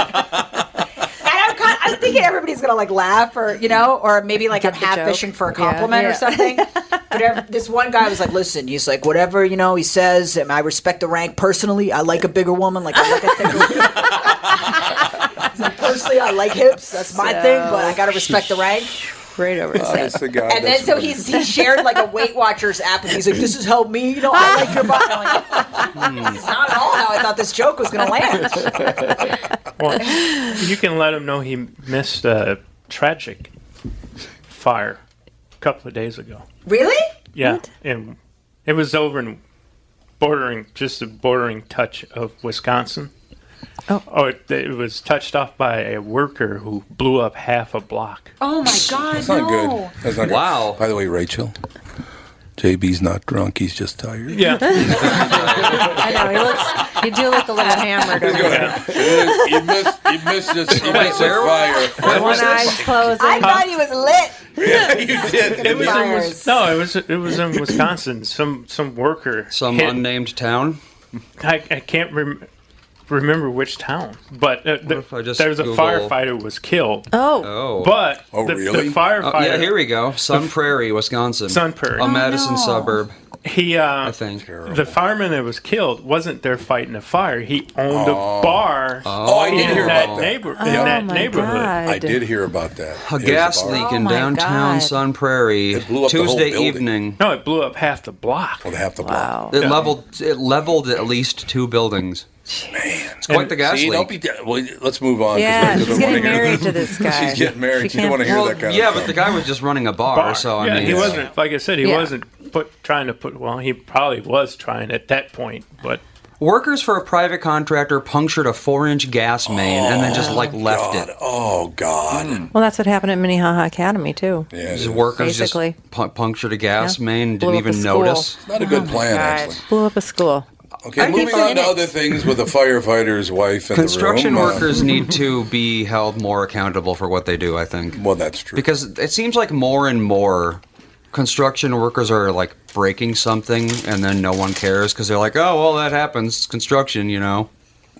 Speaker 17: And I'm, kind I'm thinking everybody's gonna like laugh or you know, or maybe like I'm half
Speaker 8: joke.
Speaker 17: fishing for a
Speaker 8: Yeah,
Speaker 17: compliment
Speaker 8: yeah.
Speaker 17: or something. but ev- this one guy was like, "Listen," he's like, "Whatever you know," he says. And I respect the rank personally. I like a bigger woman. Like I like a thicker. He's like, personally, I like hips. That's my
Speaker 18: So-
Speaker 17: thing. But I gotta respect the rank.
Speaker 18: Right over his head.
Speaker 17: and then so he's, he shared like a Weight Watchers app, and he's like, "This has helped me. You know, I like your body." I'm like, it's not at all how I thought this joke was gonna land.
Speaker 4: Well, you can let him know he missed a tragic fire a couple of days ago.
Speaker 17: Really?
Speaker 4: Yeah, and it was over in bordering just a bordering touch of Wisconsin.
Speaker 18: Oh,
Speaker 4: it, it was touched off by a worker who blew up half a block.
Speaker 17: Oh my god,
Speaker 1: That's not
Speaker 17: no.
Speaker 18: Oh.
Speaker 1: good. That's not wow. By the way, Rachel, JB's not drunk. He's just tired.
Speaker 4: Yeah.
Speaker 18: I know he looks. You do look a little hammered. Over there.
Speaker 1: you missed. You missed this. You missed this fire.
Speaker 18: One eye's closed.
Speaker 17: I thought he was lit.
Speaker 1: Yeah, you did.
Speaker 4: It was in,
Speaker 17: Fires.
Speaker 4: Wis- no, it was it was in Wisconsin. Some some worker, some
Speaker 11: unnamed town.
Speaker 4: I, I can't rem- remember which town, but uh, th-
Speaker 11: just
Speaker 4: there was a
Speaker 11: Google-
Speaker 4: firefighter was killed.
Speaker 18: Oh,
Speaker 11: Oh.
Speaker 4: but
Speaker 11: oh,
Speaker 4: the,
Speaker 11: really?
Speaker 4: the firefighter.
Speaker 11: yeah, here we go. Sun
Speaker 4: the-
Speaker 11: Prairie, Wisconsin.
Speaker 4: Sun Prairie.
Speaker 11: a
Speaker 4: Oh,
Speaker 11: Madison
Speaker 4: no.
Speaker 11: suburb.
Speaker 4: He, uh,
Speaker 11: I think.
Speaker 4: The fireman that was killed wasn't there fighting a fire. He owned a bar
Speaker 11: Oh, I
Speaker 4: in,
Speaker 11: did hear
Speaker 4: that
Speaker 11: about that.
Speaker 4: neighbor- in
Speaker 11: Oh,
Speaker 4: that
Speaker 11: my
Speaker 4: neighborhood.
Speaker 11: God. Oh
Speaker 1: I did hear about that.
Speaker 11: A gas leak in downtown Sun Prairie.
Speaker 1: up the whole
Speaker 11: Tuesday
Speaker 1: building.
Speaker 11: evening.
Speaker 4: No, it blew up half the block.
Speaker 1: Well, half the block.
Speaker 11: It leveled. It leveled at least two buildings. Man, it's quite the gas
Speaker 1: See,
Speaker 11: leak.
Speaker 1: don't be da- well, let's move on. 'cause
Speaker 11: Yeah,
Speaker 1: Rachel
Speaker 11: she's
Speaker 1: doesn't
Speaker 11: getting
Speaker 1: wanna hear
Speaker 11: married to this guy.
Speaker 1: she's getting married.
Speaker 11: She
Speaker 1: you don't want to hear
Speaker 11: can't-
Speaker 1: that kind
Speaker 11: Yeah,
Speaker 1: of
Speaker 11: but the guy was just running a bar, so I
Speaker 4: yeah,
Speaker 11: mean,
Speaker 4: he
Speaker 11: it's-
Speaker 4: wasn't. Like I said, he
Speaker 11: Yeah.
Speaker 4: wasn't put trying to put. Well, he probably was trying at that point, but
Speaker 11: Workers for a private contractor punctured a four-inch gas main and then just like left it. Hmm.
Speaker 1: Oh God!
Speaker 18: Well, that's what happened at Minnehaha Academy too.
Speaker 11: These workers
Speaker 18: basically
Speaker 11: just pu- punctured a gas
Speaker 18: Yeah.
Speaker 11: main,
Speaker 18: Blew
Speaker 11: didn't
Speaker 18: up a
Speaker 11: even
Speaker 18: school.
Speaker 11: notice.
Speaker 1: Not a good plan, actually.
Speaker 18: blew up a school.
Speaker 1: Okay, moving on to other things with a firefighter's wife and
Speaker 11: Construction
Speaker 1: the room, uh,
Speaker 11: workers need to be held more accountable for what they do, I think.
Speaker 1: Well, that's true.
Speaker 11: Because it seems like more and more construction workers are like breaking something and then no one cares because they're like, oh, well, that happens. It's construction, you know.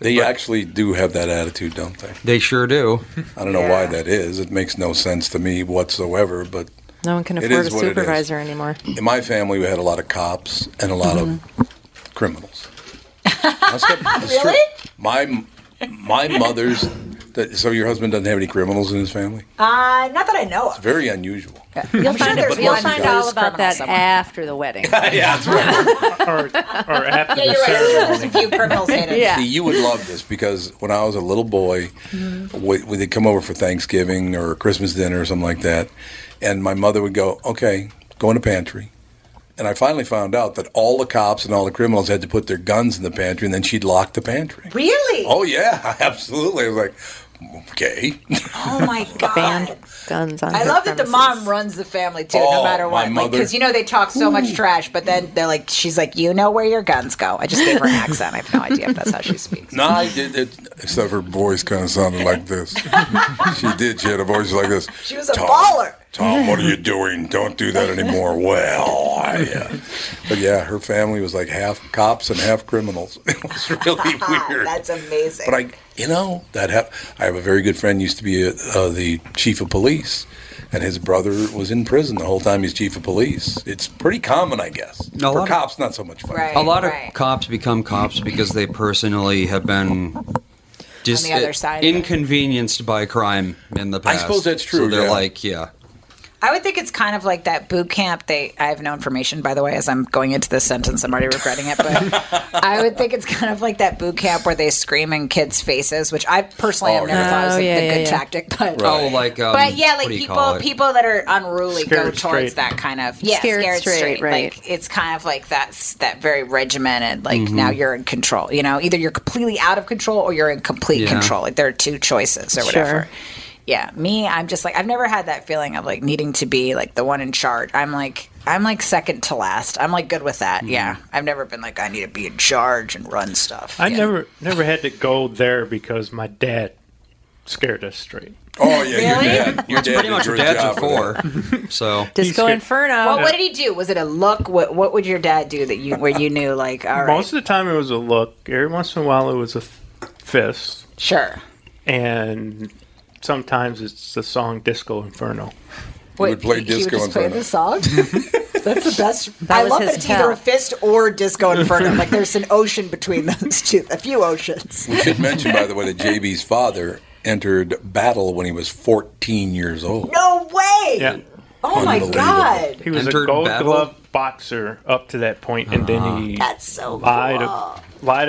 Speaker 1: They actually do have that attitude, don't they?
Speaker 11: They sure do.
Speaker 1: I don't know why that is. It makes no sense to me whatsoever. But
Speaker 18: No one can
Speaker 1: It
Speaker 18: afford a
Speaker 1: is what it is.
Speaker 18: supervisor anymore. Mm-hmm.
Speaker 1: in my family, we had a lot of cops and a lot of criminals. That's the- that's true. My my mother's That, so your husband doesn't have any criminals in his family?
Speaker 17: Uh, not that I know
Speaker 1: It's very unusual.
Speaker 14: You'll find,
Speaker 1: sure there's
Speaker 14: you'll
Speaker 1: one
Speaker 14: find
Speaker 1: guy
Speaker 14: all
Speaker 1: who's
Speaker 14: about that after the wedding.
Speaker 1: yeah, that's right.
Speaker 4: or after
Speaker 17: Yeah,
Speaker 4: the
Speaker 17: you're right.
Speaker 4: ceremony.
Speaker 17: There's a few criminals in it.
Speaker 1: See, you would love this because when I was a little boy, we, we- they'd come over for Thanksgiving or Christmas dinner or something like that, and my mother would go, "Okay, go in the pantry." And I finally found out that all the cops and all the criminals had to put their guns in the pantry, and then she'd lock the pantry.
Speaker 17: Really?
Speaker 1: Oh yeah, absolutely. I was like, okay.
Speaker 17: Oh my god.
Speaker 14: guns on
Speaker 17: I
Speaker 14: her
Speaker 17: love that the
Speaker 14: premises.
Speaker 17: mom runs the family too,
Speaker 1: Oh,
Speaker 17: no matter
Speaker 1: my
Speaker 17: what.
Speaker 1: mother-
Speaker 17: Because you know they talk so much
Speaker 14: Ooh.
Speaker 17: trash, but then they're like, she's like, you know where your guns go. I just gave her an accent. I have no idea if that's how she speaks.
Speaker 1: No, I did it. Except her voice kind of sounded like this. she did. She had a voice like this.
Speaker 17: She was a
Speaker 1: Tom,
Speaker 17: baller.
Speaker 1: Tom, what are you doing? Don't do that anymore. Well, I, uh, but yeah, her family was like half cops and half criminals. It was really weird.
Speaker 17: that's amazing.
Speaker 1: But I, you know, that hap I have a very good friend used to be uh uh, the chief of police, and his brother was in prison the whole time he's chief of police. It's pretty common, I guess.
Speaker 11: No, a
Speaker 1: For
Speaker 11: lot of-
Speaker 1: cops, not so much fun.
Speaker 11: a lot of cops become cops because they personally have been dis-
Speaker 17: On the other side of it.
Speaker 11: inconvenienced by crime in the
Speaker 1: I
Speaker 11: past.
Speaker 1: suppose that's
Speaker 11: So
Speaker 1: true,
Speaker 11: they're
Speaker 1: yeah.
Speaker 11: like, yeah,
Speaker 17: I would think it's kind of like that boot camp. They, I have no information, by the way, as I'm going into this sentence. I'm already regretting it, but I would think it's kind of like that boot camp where they scream in kids' faces, which I personally
Speaker 1: Oh,
Speaker 17: have never thought was
Speaker 18: Oh,
Speaker 17: a, a good tactic. But
Speaker 11: oh, like um,
Speaker 17: but yeah,
Speaker 11: what
Speaker 17: like
Speaker 11: do you call
Speaker 17: people
Speaker 11: it?
Speaker 17: people that are unruly go
Speaker 11: Scared
Speaker 17: towards
Speaker 11: straight.
Speaker 17: that kind of yeah,
Speaker 14: Scared
Speaker 17: scared,
Speaker 14: straight,
Speaker 17: straight,
Speaker 14: right.
Speaker 17: Like it's kind of like that's that very regimented. Like
Speaker 11: Mm-hmm.
Speaker 14: Mhm.
Speaker 17: now you're in control. You know, either you're completely out of control or you're in complete
Speaker 14: Yeah.
Speaker 17: control. Like there are two choices or whatever.
Speaker 14: Sure.
Speaker 17: Yeah, me, I'm just like I've never had that feeling of like needing to be like the one in charge. I'm like I'm like second to last. I'm like good with that.
Speaker 11: Mm-hmm.
Speaker 17: Yeah, I've never been like I need to be in charge and run stuff.
Speaker 4: I
Speaker 17: Yeah.
Speaker 4: never never had to go there because my dad scared us straight.
Speaker 1: Oh yeah,
Speaker 17: Really?
Speaker 1: your dad. Your
Speaker 11: That's
Speaker 1: dad
Speaker 11: pretty
Speaker 1: did
Speaker 11: much
Speaker 1: your
Speaker 11: what dads
Speaker 1: job
Speaker 11: are
Speaker 1: with
Speaker 11: it. So
Speaker 14: Disco
Speaker 4: scared-
Speaker 14: Inferno.
Speaker 17: Well, what did he do? Was it a look? What What would your dad do that you where you knew like all right?
Speaker 4: Most of the time it was a look. Every once in a while it was a f- fist.
Speaker 17: Sure.
Speaker 4: And sometimes it's the song Disco Inferno.
Speaker 17: Wait, he would just play the song. That's the best.
Speaker 4: That
Speaker 17: I
Speaker 4: was
Speaker 17: love
Speaker 4: his
Speaker 17: that it's either
Speaker 4: tell.
Speaker 17: a fist or disco inferno. like there's an ocean between those two, a few oceans.
Speaker 1: We should mention, by the way, that JB's father entered battle when he was 14 years old.
Speaker 17: No way. Oh my
Speaker 1: Unbelievable.
Speaker 17: god.
Speaker 4: He was
Speaker 1: Entered
Speaker 4: a gold
Speaker 1: battle?
Speaker 4: glove boxer up to that point, and then he
Speaker 17: Ah, That's so
Speaker 4: lied,
Speaker 17: cool.
Speaker 4: lied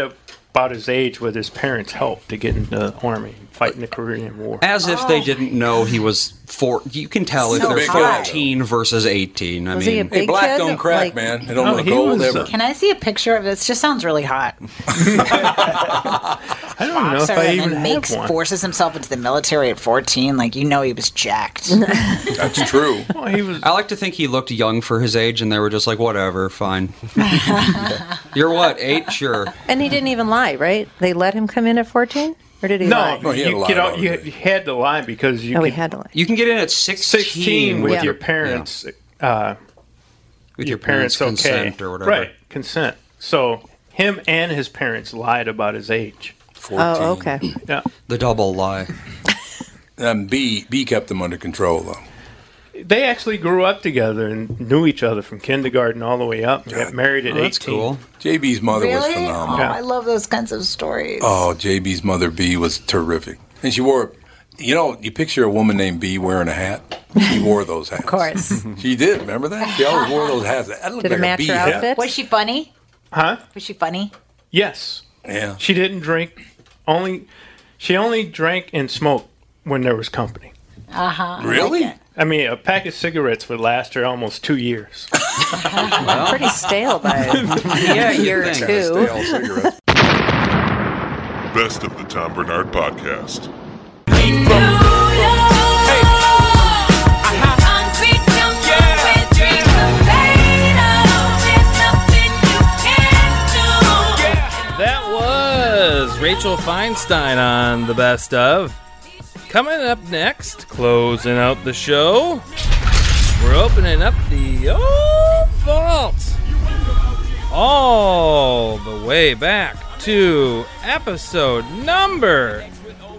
Speaker 4: about his age with his parents' help to get into the army, fighting the Korean War.
Speaker 11: as
Speaker 17: Oh,
Speaker 11: if they didn't know he was four. You can tell if
Speaker 4: So
Speaker 11: they're
Speaker 4: big guy.
Speaker 11: 14 versus 18. I
Speaker 4: Was
Speaker 11: mean,
Speaker 4: he a Hey, big black kid? don't crack, Like-
Speaker 1: man. It
Speaker 11: don't No, look he old was, ever. uh,
Speaker 17: Can I see a picture of this? Just sounds really hot.
Speaker 4: I don't know if
Speaker 17: Boxer
Speaker 4: I
Speaker 17: and
Speaker 4: even
Speaker 17: then
Speaker 4: have
Speaker 17: makes
Speaker 4: one.
Speaker 17: forces himself into the military at 14. Like you know, he was jacked.
Speaker 1: That's true.
Speaker 11: I like to think he looked young for his age, and they were just like, whatever, fine. You're what, eight? Sure.
Speaker 14: And he didn't even lie, right? They let him come in at 14? Or did he
Speaker 4: No,
Speaker 10: Oh,
Speaker 14: lie?
Speaker 4: you, could al- you, you had to lie because you
Speaker 14: Oh, he
Speaker 4: could,
Speaker 14: had to lie.
Speaker 11: You can get in at 16,
Speaker 4: 16 with
Speaker 11: Yeah.
Speaker 4: your parents. Uh, with your,
Speaker 11: parents'
Speaker 4: parents, okay.
Speaker 11: consent or whatever.
Speaker 4: Right, consent. So him and his parents lied about his age.
Speaker 1: 14. Oh, okay.
Speaker 4: Yeah.
Speaker 11: The double lie.
Speaker 1: And Um, B B kept them under control though.
Speaker 4: They actually grew up together and knew each other from kindergarten all the way up. and got married at
Speaker 1: Oh,
Speaker 4: 18.
Speaker 1: that's cool. JB's mother was
Speaker 17: really?
Speaker 1: phenomenal.
Speaker 17: Oh, I love those kinds of stories.
Speaker 1: Oh, JB's mother B was terrific, and she wore. You know, you picture a woman named B wearing a hat. She wore those hats. Of
Speaker 17: course.
Speaker 1: she did. Remember that? She always wore those hats. That looked like a bee hat.
Speaker 17: Was she funny?
Speaker 4: Huh?
Speaker 17: Was she funny?
Speaker 4: Yes.
Speaker 1: Yeah.
Speaker 4: She didn't drink. Only she only drank and smoked when there was company.
Speaker 17: Uh
Speaker 3: Uh-huh.
Speaker 17: huh.
Speaker 4: I mean, a pack of cigarettes would last her almost two years.
Speaker 14: Pretty stale by
Speaker 4: Yeah,
Speaker 14: year
Speaker 4: you'd
Speaker 14: two.
Speaker 4: think.
Speaker 16: Best of the Tom Bernard Podcast.
Speaker 9: That was Rachel Feinstein on the best of. Coming up next, closing out the show, we're opening up the old vault all the way back to episode number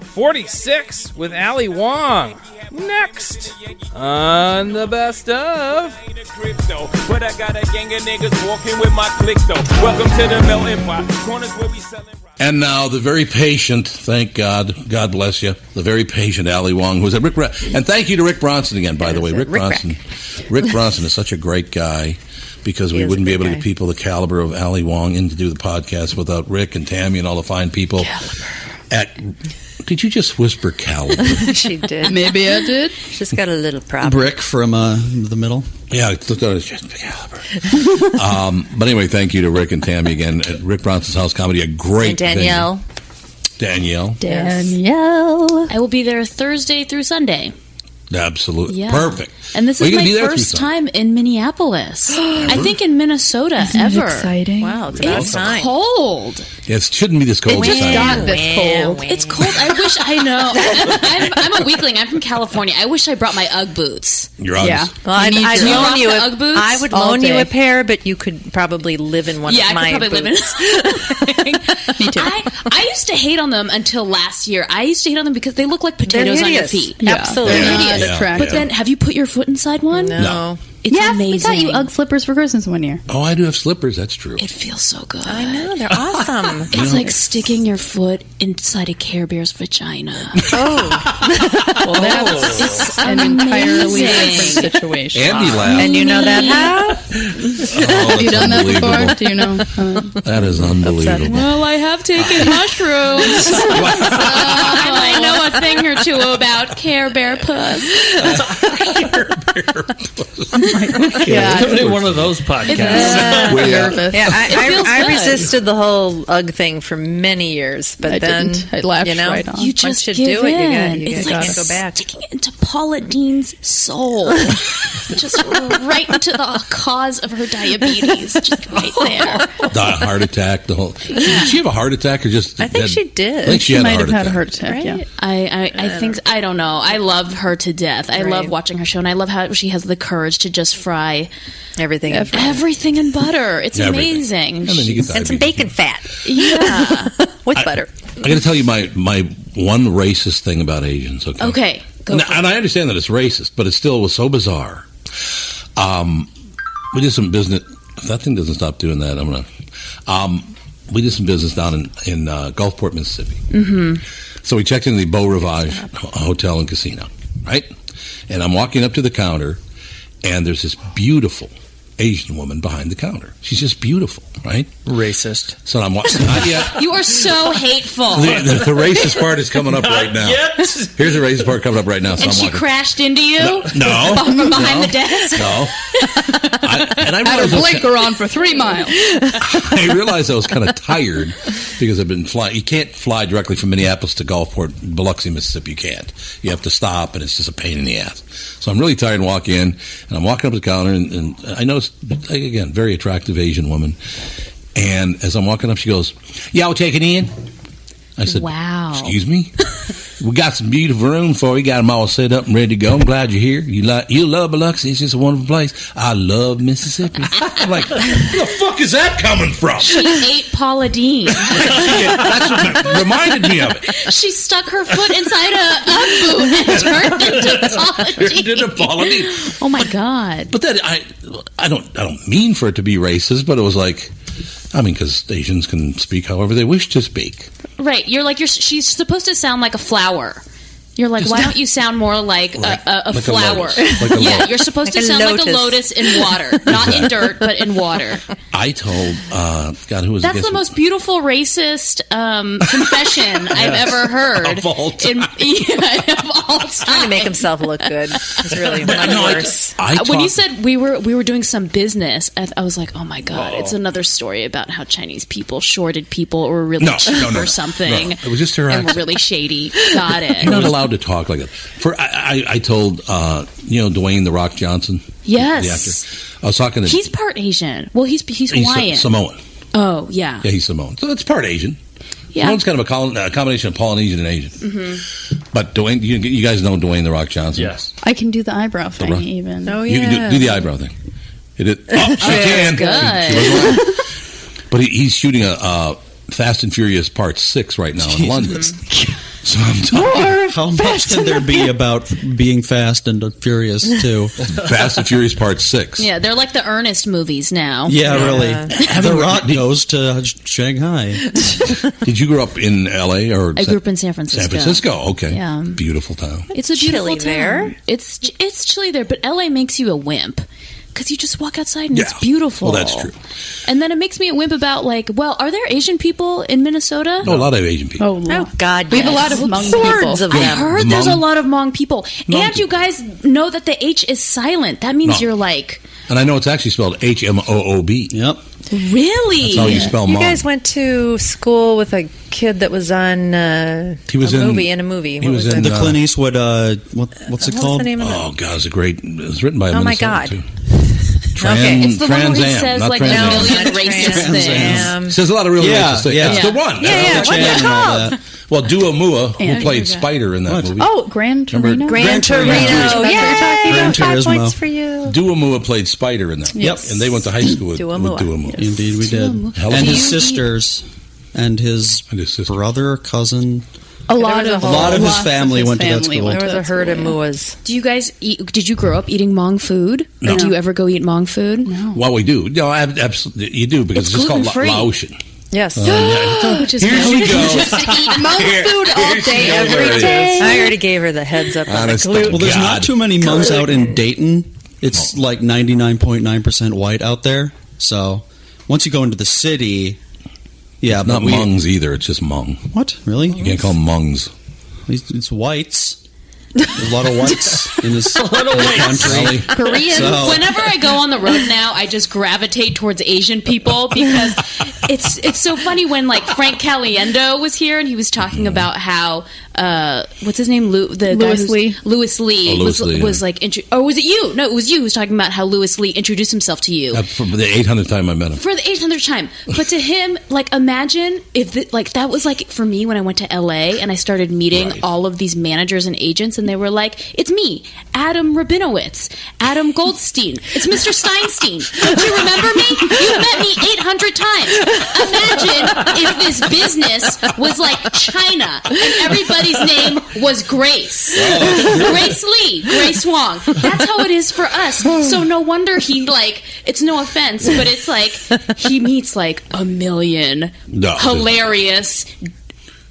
Speaker 9: 46 with Ali Wong. Next on the best of.
Speaker 19: crypto. But I got a gang of niggas walking with my click though. Welcome to the melting pot. Corners where we selling rock.
Speaker 1: And now the very patient, thank God, God bless you, the very patient Ali Wong was at Rick. Bra- and thank you to Rick Bronson again, by the way.
Speaker 10: Rick
Speaker 1: Rick, Bronson, Rick Bronson is such a great guy because
Speaker 10: He
Speaker 1: we
Speaker 10: is a
Speaker 1: wouldn't be
Speaker 10: great
Speaker 1: able to
Speaker 10: guy.
Speaker 1: get people the caliber of Ali Wong in to do the podcast without Rick and Tammy and all the fine people. At did you just whisper caliber?
Speaker 10: she did.
Speaker 20: Maybe I did.
Speaker 10: She's got a little problem.
Speaker 1: Brick from uh, the middle. Yeah, it's looked at it as just caliber. um, but anyway, thank you to Rick and Tammy again at Rick Bronson's House Comedy. A great
Speaker 20: And Danielle.
Speaker 1: thing. Danielle.
Speaker 20: Danielle. I will be there Thursday through Sunday.
Speaker 1: Absolutely.
Speaker 20: Yeah.
Speaker 1: Perfect.
Speaker 20: And this
Speaker 1: Well,
Speaker 20: is
Speaker 1: you're
Speaker 20: my
Speaker 1: gonna be there through
Speaker 20: first time
Speaker 1: Sunday.
Speaker 20: in Minneapolis. I think in Minnesota
Speaker 10: Isn't it
Speaker 20: ever.
Speaker 10: exciting?
Speaker 20: Wow,
Speaker 1: it's about time.
Speaker 20: cold.
Speaker 1: Yeah, it shouldn't be this cold.
Speaker 20: It just
Speaker 1: outside.
Speaker 20: got this
Speaker 10: cold.
Speaker 20: It's cold. I wish I know. I'm, I'm a weakling. I'm from California. I wish I brought my Ugg boots.
Speaker 1: Your
Speaker 20: Uggs.
Speaker 10: Yeah. Well, I'd,
Speaker 20: need
Speaker 10: I'd
Speaker 20: to-
Speaker 10: loan
Speaker 20: Off
Speaker 10: you
Speaker 20: the
Speaker 10: a,
Speaker 20: Ugg boots
Speaker 10: I would
Speaker 20: all
Speaker 10: loan you a
Speaker 20: day.
Speaker 10: pair, but you could probably live in one
Speaker 20: yeah,
Speaker 10: of my
Speaker 20: I could probably
Speaker 10: boots.
Speaker 20: live in. Me too. I, I used to hate on them until last year. I used to hate on them because they look like potatoes on your
Speaker 10: hideous.
Speaker 20: feet.
Speaker 10: Yeah. Absolutely.
Speaker 20: They're
Speaker 10: Yeah.
Speaker 20: hideous.
Speaker 10: Yeah. Correct.
Speaker 20: But
Speaker 10: Yeah.
Speaker 20: then, have you put your foot inside one?
Speaker 10: No.
Speaker 20: It's
Speaker 10: Yes, we
Speaker 20: amazing.
Speaker 10: got you Ugg
Speaker 20: slippers for Christmas one year.
Speaker 1: Oh, I do have slippers. That's true.
Speaker 20: It feels so good.
Speaker 10: I know they're awesome.
Speaker 20: Oh, It's like sticking your foot inside a Care Bear's vagina.
Speaker 10: Oh. well,
Speaker 20: that's
Speaker 10: it's
Speaker 20: an
Speaker 10: entirely
Speaker 20: amazing.
Speaker 10: different situation.
Speaker 20: Ah.
Speaker 1: Andy laughed.
Speaker 10: And you know that how?
Speaker 1: Have you done that before? unbelievable. Do
Speaker 20: you know?
Speaker 1: That is unbelievable.
Speaker 20: Well, I have taken mushrooms. so I might know a thing or two about Care Bear Puss.
Speaker 10: Yeah.
Speaker 21: Don't do one of those podcasts.
Speaker 10: We're nervous. Yeah, It
Speaker 20: feels
Speaker 10: I, I, I
Speaker 20: good.
Speaker 10: resisted the whole UGG thing for many years, but
Speaker 20: I
Speaker 10: then
Speaker 20: didn't. I laughed
Speaker 10: you know,
Speaker 20: right on. You
Speaker 10: You just
Speaker 20: just
Speaker 10: should
Speaker 20: give
Speaker 10: do it. You got,
Speaker 20: in.
Speaker 10: you
Speaker 20: It's
Speaker 10: got
Speaker 20: like
Speaker 10: to go back.
Speaker 20: Sticking it into Paula Dean's soul, just right into the cause of her diabetes, just right
Speaker 10: Oh,
Speaker 20: there.
Speaker 1: The heart attack. The whole. Did she have a heart attack or just? I
Speaker 20: think she did.
Speaker 1: I think she,
Speaker 20: She
Speaker 1: had
Speaker 20: might
Speaker 1: a heart
Speaker 20: have had
Speaker 1: attack.
Speaker 20: a Right? I, I, I, think I don't know. I love her to death. I love watching her show, and I love how she has the courage to just fry everything,
Speaker 10: in butter.
Speaker 20: everything in butter. It's
Speaker 1: Everything.
Speaker 20: amazing.
Speaker 1: And then you get
Speaker 20: She's-
Speaker 1: And some
Speaker 10: bacon fat.
Speaker 20: Yeah, with
Speaker 10: butter.
Speaker 1: I got to tell you my my one racist thing about Asians. Okay.
Speaker 20: Okay, go.
Speaker 1: and, and I understand that it's racist, but it still was so bizarre. Um, we did some business. If that thing doesn't stop doing that, I'm gonna. Um, we did some business down in in uh, Gulfport, Mississippi.
Speaker 10: Mm-hmm.
Speaker 1: So we checked into the Beau Rivage Hotel and Casino, right? And I'm walking up to the counter, and there's this beautiful Asian woman behind the counter. She's just beautiful, right?
Speaker 21: Racist.
Speaker 1: So I'm watching. Not yet.
Speaker 20: You are so hateful.
Speaker 1: The, the- the racist part is coming up right now. Here's the racist part coming up right now. So
Speaker 20: and
Speaker 1: I'm
Speaker 20: she
Speaker 1: walking.
Speaker 20: crashed into you.
Speaker 1: no,
Speaker 20: from behind
Speaker 1: no,
Speaker 20: the desk.
Speaker 1: No, I, and I
Speaker 20: Had her
Speaker 1: realized, I was,
Speaker 20: blinker on for three miles.
Speaker 1: I realized I was kind of tired because I've been flying. You can't fly directly from Minneapolis to Gulfport, Biloxi, Mississippi. You can't. You have to stop, and it's just a pain in the ass. So I'm really tired and walk in, and I'm walking up to the counter, and, and I noticed again very attractive Asian woman. And as I'm walking up, she goes, "Y'all taking in?" I said,
Speaker 20: Wow.
Speaker 1: Excuse me. we got some beautiful room for you. Got them all set up and ready to go. I'm glad you're here. You like you love Biloxi. It's just a wonderful place. I love Mississippi. I'm like, where the fuck is that coming from?
Speaker 20: She ate Paula Dean.
Speaker 1: That's what ma- reminded me of it.
Speaker 20: she stuck her foot inside a, a boot and turned into Paula Dean.
Speaker 1: Turned into Paula Deen.
Speaker 20: Oh my god.
Speaker 1: But then I, I don't, I don't mean for it to be racist, but it was like, I mean, because Asians can speak however they wish to speak.
Speaker 20: Right. You're like you're. She's supposed to sound like a flower. You're like, why don't you sound more like a, a, a
Speaker 1: Like a
Speaker 20: flower?
Speaker 1: lotus. Like a
Speaker 20: yeah,
Speaker 1: lotus.
Speaker 20: you're supposed to
Speaker 10: Like a
Speaker 20: sound like a
Speaker 10: lotus.
Speaker 20: lotus in water, not in
Speaker 1: Exactly.
Speaker 20: dirt, but in water.
Speaker 1: I told, uh, God, who was
Speaker 20: That's
Speaker 1: guest-
Speaker 20: the most beautiful racist um, confession I've
Speaker 1: Yes. Oh,
Speaker 20: ever heard.
Speaker 1: Of all
Speaker 20: In- yeah, of all time.
Speaker 10: to make himself look good. It's really
Speaker 20: But
Speaker 10: much
Speaker 20: no, I-
Speaker 10: worse.
Speaker 1: I
Speaker 20: Uh, when you
Speaker 10: talked-
Speaker 20: said we were we were doing some business, I, I was like, oh my god,
Speaker 1: Oh.
Speaker 20: it's another story about how Chinese people shorted people or were really
Speaker 1: No, no,
Speaker 20: cheap
Speaker 1: no, no.
Speaker 20: or something.
Speaker 1: No, it was just her
Speaker 20: and were
Speaker 1: accent.
Speaker 20: really shady. Got it.
Speaker 1: You're not allowed to talk like that. For I, I, I told uh, you know Dwayne the Rock Johnson.
Speaker 20: Yes.
Speaker 1: the actor. I was talking to
Speaker 20: He's part Asian. Well, he's he's
Speaker 1: he's
Speaker 20: Hawaiian.
Speaker 1: Samoan.
Speaker 20: Oh yeah.
Speaker 1: Yeah, he's Samoan. So it's part Asian.
Speaker 20: Yeah.
Speaker 1: Samoan's kind of a, col- a combination of Polynesian and Asian.
Speaker 10: Mm-hmm.
Speaker 20: hmm
Speaker 1: But Dwayne, you, you guys know Dwayne the Rock Johnson. Yes,
Speaker 10: I can do the eyebrow
Speaker 1: thing rock-
Speaker 10: even. Oh
Speaker 1: you can do, do the eyebrow thing. It is. Oh, she can.
Speaker 10: good.
Speaker 1: She- she wasn't lying. but he, he's shooting a uh, Fast and Furious Part Six right now in London.
Speaker 19: So I'm talking, how much can there be about being fast and furious too?
Speaker 1: Fast and Furious Part Six.
Speaker 20: Yeah, they're like the earnest movies now.
Speaker 19: Yeah, really. the Rock goes to Shanghai.
Speaker 1: Did you grow up in L.A. or
Speaker 20: I grew up in San Francisco.
Speaker 1: San Francisco. Okay.
Speaker 20: Yeah.
Speaker 1: Beautiful town.
Speaker 20: It's a beautiful chilly town. there. It's ch- it's chilly there, but LA makes you a wimp because you just walk outside and it's beautiful.
Speaker 1: Well, that's true.
Speaker 20: And then it makes me a wimp about like, well, are there Asian people in Minnesota?
Speaker 1: Oh, a lot of Asian people.
Speaker 20: Oh, God,
Speaker 10: We have a lot of Hmong people.
Speaker 20: Hordes of
Speaker 1: I
Speaker 20: them. I heard there's a
Speaker 1: Hmong-
Speaker 20: lot of Hmong people, and you guys know that the H is silent. That means
Speaker 1: Hmong.
Speaker 20: you're like
Speaker 1: And I know it's actually spelled H M O O B. Yep.
Speaker 20: really.
Speaker 1: That's how you spell
Speaker 10: You
Speaker 1: mom.
Speaker 10: guys went to school with a kid that was on uh,
Speaker 1: He was
Speaker 10: a
Speaker 1: in-
Speaker 10: movie in a movie. What was it?
Speaker 19: the Clint Eastwood. Uh, what, what's it
Speaker 10: What's
Speaker 19: called?
Speaker 10: the name of it?
Speaker 1: Oh God, it's a great. It was written by. a
Speaker 10: Oh, my
Speaker 1: Minnesota,
Speaker 10: God.
Speaker 1: too. Trans,
Speaker 10: Okay. It's the one where
Speaker 1: Trans
Speaker 10: he
Speaker 1: Am,
Speaker 10: says,
Speaker 1: not
Speaker 10: like,
Speaker 1: Trans
Speaker 10: no,
Speaker 1: Am.
Speaker 10: it's not racist Trans Am. thing.
Speaker 1: Um, Says a lot of really
Speaker 19: Yeah,
Speaker 1: racist things.
Speaker 19: yeah.
Speaker 1: It's the one.
Speaker 10: Yeah, yeah,
Speaker 1: That's
Speaker 10: what's it
Speaker 1: Trans Am and all
Speaker 10: called?
Speaker 1: that. Well, Dua Mua,
Speaker 10: Yeah,
Speaker 1: who played
Speaker 10: yeah.
Speaker 1: Spider in that movie.
Speaker 10: Oh, Gran Torino.
Speaker 1: Gran Torino.
Speaker 10: Torino.
Speaker 1: Gran
Speaker 10: Yay!
Speaker 1: Gran
Speaker 10: Five
Speaker 1: Turismo.
Speaker 10: points for you.
Speaker 1: Dua Mua played Spider in that.
Speaker 10: Yep. Yes.
Speaker 1: And they went to high school with
Speaker 10: Dua
Speaker 1: Dua
Speaker 10: Mua.
Speaker 1: Mua. Dua Mua.
Speaker 19: Indeed, we did.
Speaker 1: Hello.
Speaker 19: And his
Speaker 1: Do you-
Speaker 19: sisters, and his, brother or cousin.
Speaker 20: A lot
Speaker 19: There
Speaker 20: of
Speaker 19: was a whole- A lot of his family went to that school. There was a
Speaker 20: herd
Speaker 10: of muas.
Speaker 20: Do you guys eat? Did you grow up eating Hmong food?
Speaker 1: No.
Speaker 20: Do you ever go eat Hmong food? No.
Speaker 1: Well, we do. No, ab- absolutely, you do because it's, just called La-
Speaker 20: gluten-free.
Speaker 1: Laotian.
Speaker 10: Yes.
Speaker 1: Um, yeah.
Speaker 20: Which is
Speaker 1: Here she
Speaker 10: Just
Speaker 1: goes.
Speaker 10: eat Hmong
Speaker 1: Here-
Speaker 10: food all
Speaker 1: here she
Speaker 10: day,
Speaker 1: goes. There
Speaker 10: every
Speaker 1: it
Speaker 10: day.
Speaker 1: is.
Speaker 10: I already gave her the heads up on the
Speaker 1: Honest to
Speaker 10: gluten.
Speaker 19: Well, there's
Speaker 1: God.
Speaker 19: not too many Hmongs out in Dayton. It's like 99.9% white out there. So once you go into the city, yeah,
Speaker 1: It's
Speaker 19: Uh, but
Speaker 1: not
Speaker 19: we,
Speaker 1: Hmongs either. It's just Hmong.
Speaker 19: What really?
Speaker 1: You can't call them Hmongs.
Speaker 19: It's, it's whites. There's a lot of whites in this in the country.
Speaker 20: Koreans.
Speaker 19: So-
Speaker 20: Whenever I go on the road now, I just gravitate towards Asian people because it's it's so funny when like Frank Caliendo was here and he was talking about how uh, what's his name Lu- the guy
Speaker 10: Louis
Speaker 20: who's-
Speaker 10: Lee.
Speaker 20: Louis Lee
Speaker 1: Oh, Louis
Speaker 20: was,
Speaker 1: Lee,
Speaker 20: was like intro- or was it you? No, it was you who was talking about how Louis Lee introduced himself to you.
Speaker 1: Uh, From the 800th time I met him.
Speaker 20: for the 800th time. But to him, like, imagine if, the, like, that was like for me when I went to LA and I started meeting all of these managers and agents, and they were like, "It's me, Adam Rabinowitz, Adam Goldstein, it's Mr. Steinstein. Do you remember me? You met me 800 times. Imagine if this business was like China and everybody's name was Grace, Grace Lee, Grace Wong. That's how it is for us. So no wonder he like. It's no offense, but it's like he meets like a million
Speaker 1: No.
Speaker 20: hilarious,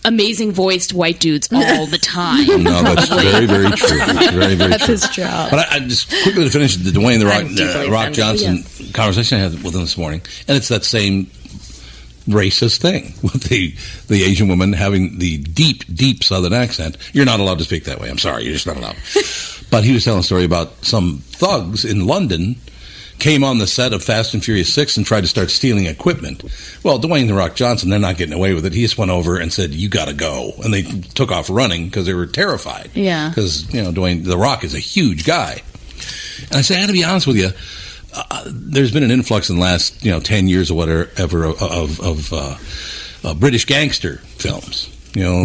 Speaker 20: amazing voiced white dudes all the time.
Speaker 1: No, that's very, very true. It's very, very true.
Speaker 20: job.
Speaker 1: But I, I just quickly to finish the Dwayne the Rock,
Speaker 10: I'm deeply
Speaker 1: uh, Rock
Speaker 10: offended.
Speaker 1: Johnson conversation I had with him this morning, and it's that same racist thing with the the Asian woman having the deep, deep Southern accent. You're not allowed to speak that way. I'm sorry, you're just not allowed. but he was telling a story about some thugs in London came on the set of Fast and Furious Six and tried to start stealing equipment. Well, Dwayne the Rock Johnson, they're not getting away with it. He just went over and said, "You got to go," and they took off running because they were terrified.
Speaker 20: Yeah.
Speaker 1: because you know Dwayne the Rock is a huge guy. And I say, I got to be honest with you. Uh, there's been an influx in the last you know ten years or whatever of of, of uh, uh, British gangster films. You know,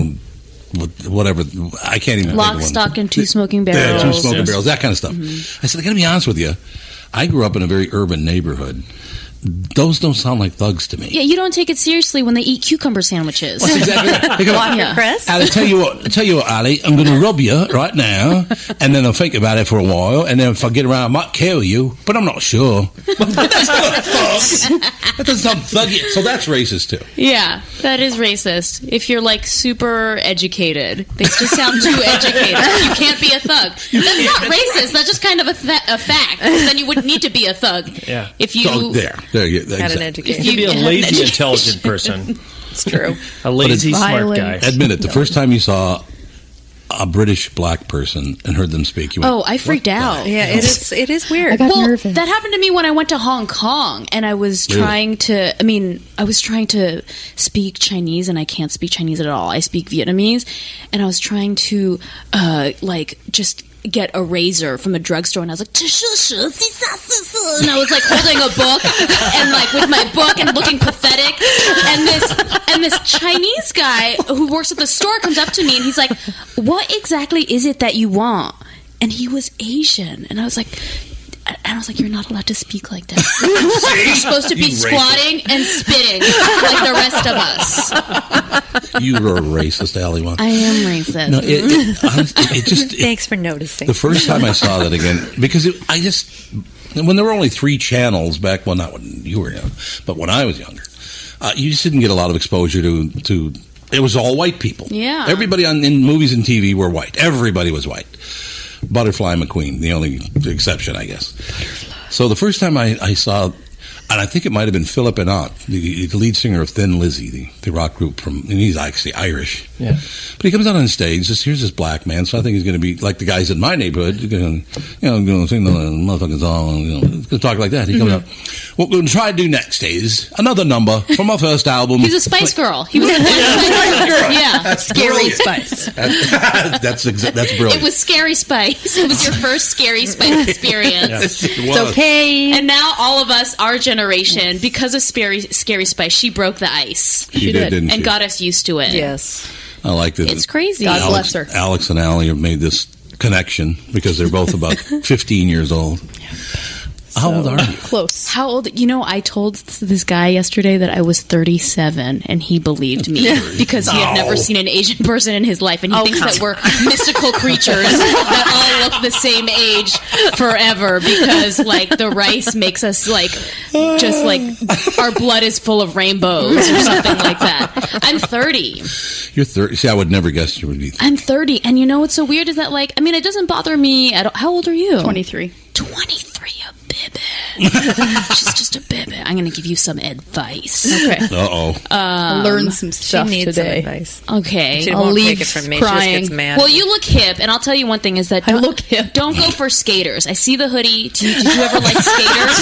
Speaker 1: with- whatever I can't even think
Speaker 20: Lock,
Speaker 1: of one.
Speaker 20: stock, and two smoking
Speaker 1: Yeah,
Speaker 20: barrels.
Speaker 1: two smoking barrels, that kind of stuff. I said, I got to be honest with you. I grew up in a very urban neighborhood. Those don't sound like thugs to me.
Speaker 20: Yeah, you don't take it seriously when they eat cucumber sandwiches.
Speaker 1: Well, that's exactly right.
Speaker 20: Yeah.
Speaker 1: Ali, tell you what, tell you what, Ali, I'm going to rob you right now, and then I'll think about it for a while, and then if I get around, I might kill you, but I'm not sure. That doesn't sound thuggy, so that's racist too.
Speaker 20: Yeah, that is racist. If you're like super educated, they just sound too educated. You can't be a thug. That's not racist. That's just kind of a, th- a fact. Then you wouldn't need to be a thug.
Speaker 7: Yeah.
Speaker 20: If you
Speaker 1: So there, there you go. Exactly.
Speaker 7: You could be a lazy, intelligent person.
Speaker 20: It's true.
Speaker 7: A lazy,
Speaker 1: But it's-
Speaker 7: smart guy.
Speaker 1: Admit it. The first time you saw a British black person and heard them speak, you went,
Speaker 20: Oh, I freaked out.
Speaker 10: Yeah, it is. It is weird.
Speaker 20: well, that happened to me when I went to Hong Kong, and I was
Speaker 1: Really?
Speaker 20: trying to. I mean, I was trying to speak Chinese, and I can't speak Chinese at all. I speak Vietnamese, and I was trying to, uh, like, just get a razor from a drugstore, and I was like, and I was like holding a book and like with my book and looking pathetic, and this and this Chinese guy who works at the store comes up to me and he's like, "What exactly is it that you want?" And he was Asian, and I was like. And I was like, "You're not allowed to speak like that. You're supposed to be
Speaker 10: You racist.
Speaker 20: squatting and spitting like like the rest of us.
Speaker 1: You were a racist, Allie. Wong.
Speaker 20: I am racist.
Speaker 1: No, it, it, honestly, it just
Speaker 10: Thanks for noticing.
Speaker 1: The first time I saw that again, because it, I just when there were only three channels back. Well, not when you were young, but when I was younger, uh, you just didn't get a lot of exposure to to. It was all white people.
Speaker 20: Yeah.
Speaker 1: everybody on in movies and TV were white. Everybody was white. Butterfly McQueen, the only exception, I guess. So the first time I, I saw, and I think it might have been Philip Anat, the, the lead singer of Thin Lizzy, the, the rock group from, and he's actually Irish.
Speaker 22: Yeah.
Speaker 1: But he comes out on stage. Just here's this black man, so I think he's going to be like the guys in my neighborhood. He's gonna, you know, going to sing the motherfucking song. You know, he's going to talk like that. He comes
Speaker 20: Mm-hmm.
Speaker 1: out. What we're going to try to do next is another number from our first album.
Speaker 20: He was a Spice Girl. He was a
Speaker 1: Spice Girl.
Speaker 20: Yeah,
Speaker 1: That's
Speaker 20: scary
Speaker 1: brilliant.
Speaker 20: Spice.
Speaker 1: That- that's exa- that's brilliant.
Speaker 20: It was Scary Spice. It was your first Scary Spice experience.
Speaker 1: Yes, it was. It's
Speaker 20: okay. And now all of us, our generation, because of Scary, Scary Spice, she broke the ice.
Speaker 1: She She did, did. didn't
Speaker 20: and
Speaker 1: she?
Speaker 20: got us used to it. Yes.
Speaker 1: I like that.
Speaker 20: It's crazy.
Speaker 1: Alex,
Speaker 20: God bless her.
Speaker 1: Alex and Allie have made this connection because they're both about 15 years old. How old are you?
Speaker 20: Close. How old? You know, I told this guy yesterday that I was 37, and he believed me because he had
Speaker 1: No.
Speaker 20: never seen an Asian person in his life, and he
Speaker 10: Oh,
Speaker 20: thinks
Speaker 10: come
Speaker 20: that we're mystical creatures that all look the same age forever because, like, the rice makes us like just like our blood is full of rainbows or something like that. I'm 30.
Speaker 1: You're 30. See, I would never guess you would be.
Speaker 20: I'm 30, and you know what's so weird is that, like, I mean, it doesn't bother me at all. How old are you? 23. 23, a baby. She's just a baby. I'm going to give you some advice.
Speaker 10: Okay.
Speaker 1: Uh-oh.
Speaker 20: Um,
Speaker 10: Learn some stuff
Speaker 20: she needs
Speaker 10: today.
Speaker 20: Some advice. Okay,
Speaker 10: She
Speaker 20: I'll
Speaker 10: won't
Speaker 20: leave
Speaker 10: take it from me. She just
Speaker 20: Crying.
Speaker 10: gets mad.
Speaker 20: Well, you look hip, and I'll tell you one thing: is that I look hip. Don't go for skaters. I see the hoodie. Do you, did you ever like skaters?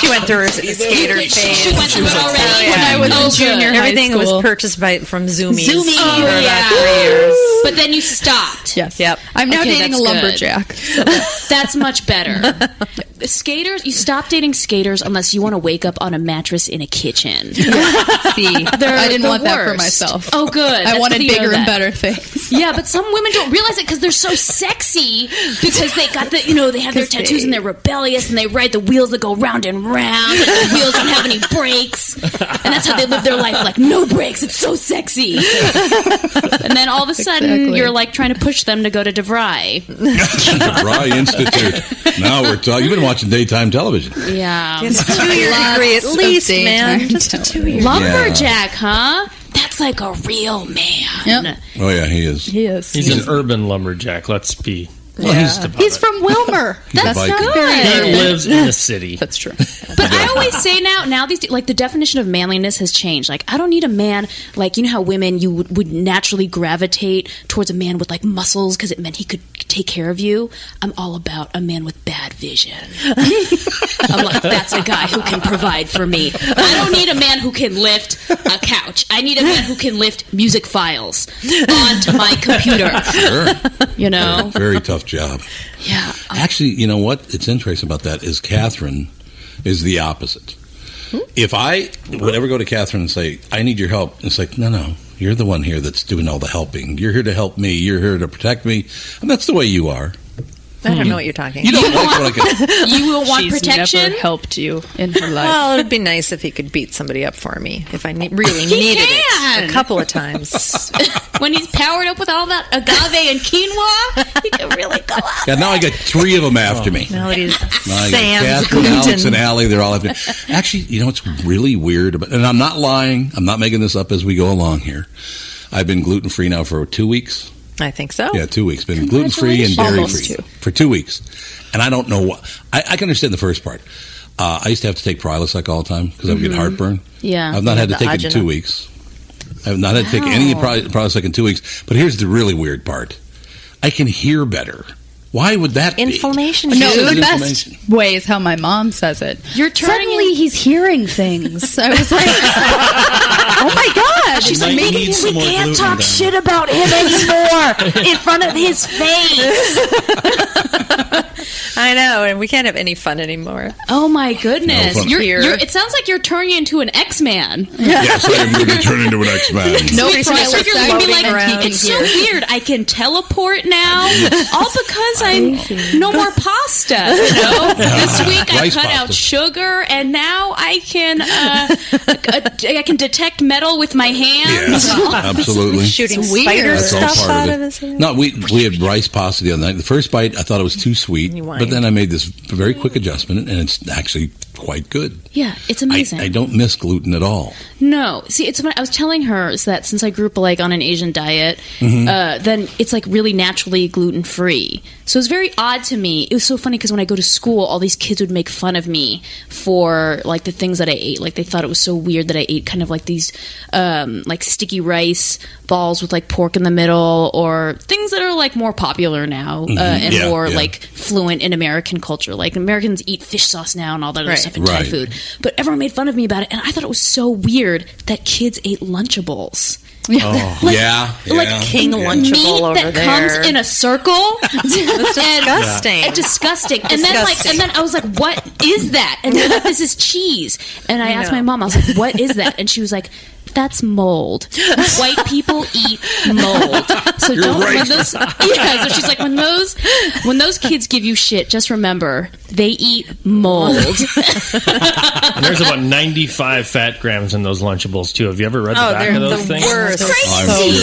Speaker 10: she went through her skater
Speaker 20: She-
Speaker 10: phase.
Speaker 20: She went through it already.
Speaker 10: When I was in junior high everything
Speaker 20: school.
Speaker 10: was purchased by from Zoomies.
Speaker 20: Zoomies.
Speaker 10: for
Speaker 20: Oh,
Speaker 10: about
Speaker 20: yeah.
Speaker 10: three years.
Speaker 20: But then you stopped.
Speaker 10: Yes. Yep. I'm now dating
Speaker 20: that's
Speaker 10: a
Speaker 20: good.
Speaker 10: lumberjack.
Speaker 20: that's much better. The skaters, you stop dating skaters unless you want to wake up on a mattress in a kitchen.
Speaker 10: See,
Speaker 20: They're
Speaker 10: I didn't
Speaker 20: the
Speaker 10: want that for
Speaker 20: worst.
Speaker 10: myself.
Speaker 20: Oh, good.
Speaker 10: I
Speaker 20: That's
Speaker 10: wanted
Speaker 20: good to
Speaker 10: bigger
Speaker 20: know
Speaker 10: and
Speaker 20: that.
Speaker 10: better things.
Speaker 20: Yeah, but some women don't realize it because they're so sexy because they got the you know they have their
Speaker 10: 'Cause
Speaker 20: tattoos and they're rebellious and they ride the wheels that go round and round. And the wheels don't have any brakes, and that's how they live their life like no brakes. It's so sexy. And then all of a sudden
Speaker 10: Exactly.
Speaker 20: you're like trying to push them to go to DeVry.
Speaker 1: The Bry Institute. Now we're talking. You've been watching daytime television.
Speaker 20: Yeah,
Speaker 10: Just a two-year degree at least, man. Just a two-year.
Speaker 20: lumberjack, huh? That's like a real man.
Speaker 1: Oh, yeah, he is.
Speaker 10: He is.
Speaker 21: He's an urban lumberjack. Let's be
Speaker 20: Yeah.
Speaker 21: honest about
Speaker 10: He's from Wilmer.
Speaker 21: it.
Speaker 20: That's
Speaker 21: Like,
Speaker 20: not
Speaker 21: He
Speaker 20: good.
Speaker 21: lives in the city. That's
Speaker 10: true.
Speaker 20: But I always say now, now these like the definition of manliness has changed. Like I don't need a man like you know how women you would, would naturally gravitate towards a man with like muscles because it meant he could take care of you. I'm all about a man with bad vision. I'm like that's a guy who can provide for me. I don't need a man who can lift a couch. I need a man who can lift music files onto my computer. You know.
Speaker 1: Very tough job.
Speaker 20: Yeah.
Speaker 1: Actually, you know what? It's interesting about that is Catherine is the opposite.
Speaker 20: Hmm?
Speaker 1: If I would ever go to Catherine and say, I need your help, it's like, no, no, you're the one here that's doing all the helping. You're here to help me. You're here to protect me. And that's the way you are.
Speaker 10: I don't know what you're talking.
Speaker 1: You don't like what I could.
Speaker 20: You will want
Speaker 10: She's
Speaker 20: protection?
Speaker 10: Never helped you in her life. Well, it'd be nice if he could beat somebody up for me if I ne- really
Speaker 20: He
Speaker 10: needed
Speaker 20: can!
Speaker 10: it a couple of times.
Speaker 20: when he's powered up with all that agave and quinoa, he can really go up.
Speaker 1: God, now I got three of them after me.
Speaker 10: Now that he's
Speaker 1: Now I got
Speaker 10: Sam's
Speaker 1: Catherine, Alex, and
Speaker 10: gluten.
Speaker 1: Allie, they're all after me. Actually, you know what's really weird about, and I'm not lying, I'm not making this up as we go along here. I've been gluten free now for two weeks.
Speaker 10: I think so.
Speaker 1: Yeah, two weeks. Been gluten free and dairy
Speaker 10: Oh. Congratulations.
Speaker 1: free
Speaker 10: Almost two.
Speaker 1: for two weeks, and I don't know what. I, I can understand the first part. Uh, I used to have to take Prilosec all the time because I would
Speaker 20: Mhm.
Speaker 1: get heartburn.
Speaker 20: Yeah.
Speaker 1: I've not had to
Speaker 20: The
Speaker 1: take it in
Speaker 20: Agina.
Speaker 1: two weeks. I've not had to take any
Speaker 20: Wow.
Speaker 1: Pri- Prilosec in two weeks. But here's the really weird part: I can hear better. Why would that
Speaker 10: Inflammation.
Speaker 1: be?
Speaker 2: No,
Speaker 1: It's
Speaker 2: the best
Speaker 1: inflammation.
Speaker 2: way is how my mom says it.
Speaker 20: You're
Speaker 2: suddenly he's hearing things. I was like, oh my
Speaker 19: Yeah, she's like, Might maybe need some we more can't gluten talk then. shit
Speaker 23: about him anymore in front of his face.
Speaker 10: I know, and we can't have any fun anymore.
Speaker 20: Oh my goodness!
Speaker 10: No fun.
Speaker 20: you're,
Speaker 10: Here.
Speaker 20: you're, it sounds like you're turning into an X Man.
Speaker 1: yes, I am going to turn into an X Man.
Speaker 20: No,
Speaker 10: Nobody's gonna start
Speaker 20: you're gonna be like,
Speaker 10: floating around
Speaker 20: it's
Speaker 10: here.
Speaker 20: so weird. I can teleport now, all because I'm no more pasta. You know, this week I
Speaker 1: Rice
Speaker 20: cut
Speaker 1: pasta.
Speaker 20: out sugar, and now I can uh, I can detect metal with my hands.
Speaker 1: absolutely.
Speaker 10: Shooting
Speaker 20: It's weird.
Speaker 10: spider
Speaker 1: That's all
Speaker 10: stuff
Speaker 1: part
Speaker 10: out
Speaker 1: of
Speaker 10: of,
Speaker 1: it.
Speaker 10: his hand.
Speaker 1: No, we we had rice pasta the other night. The first bite, I thought it was too sweet,
Speaker 20: You
Speaker 1: but
Speaker 20: whined.
Speaker 1: then I made this very quick adjustment, and it's actually quite good.
Speaker 20: Yeah, it's
Speaker 1: I-
Speaker 20: amazing.
Speaker 1: I, don't miss gluten at all.
Speaker 20: No, see, it's when I was telling her is that since I grew up like on an Asian diet,
Speaker 10: Mm-hmm.
Speaker 1: Mhm.
Speaker 20: uh, then it's like really naturally gluten free. So it's very odd to me. It was so funny because when I go to school, all these kids would make fun of me for like the things that I ate. Like they thought it was so weird that I ate kind of like these um, like sticky rice balls with like pork in the middle, or things that are like more popular now
Speaker 10: Mhm.
Speaker 20: uh, and
Speaker 10: Yeah,
Speaker 20: more
Speaker 10: yeah.
Speaker 20: like fluent in American culture. Like Americans eat fish sauce now and all that other
Speaker 10: Right.
Speaker 20: stuff and Thai
Speaker 10: Right.
Speaker 20: food. But everyone made fun of me about it, and I thought it was so weird that kids ate Lunchables.
Speaker 1: Oh. yeah,
Speaker 20: Like
Speaker 10: King Lunchable
Speaker 20: meat
Speaker 10: over
Speaker 20: that comes
Speaker 10: there.
Speaker 20: in a circle.
Speaker 10: That's
Speaker 20: And-
Speaker 10: disgusting.
Speaker 20: and disgusting. And then like,
Speaker 10: Disgusting.
Speaker 20: and then I was like, "What is that?" And they're like, "This is cheese." And I
Speaker 10: I
Speaker 20: asked
Speaker 10: know.
Speaker 20: my mom, I was like, "What is that?" And she was like, "That's mold. White people eat mold. So
Speaker 10: You're
Speaker 20: don't
Speaker 10: right.
Speaker 20: when those yeah." So she's like, "When those when those kids give you shit, just remember they eat mold."
Speaker 21: And there's about 95 fat grams in those Lunchables, too. Have you ever read the
Speaker 10: Oh,
Speaker 21: back
Speaker 10: they're
Speaker 21: of those
Speaker 10: the
Speaker 21: things?
Speaker 10: worst.
Speaker 21: I'm
Speaker 10: Crazy.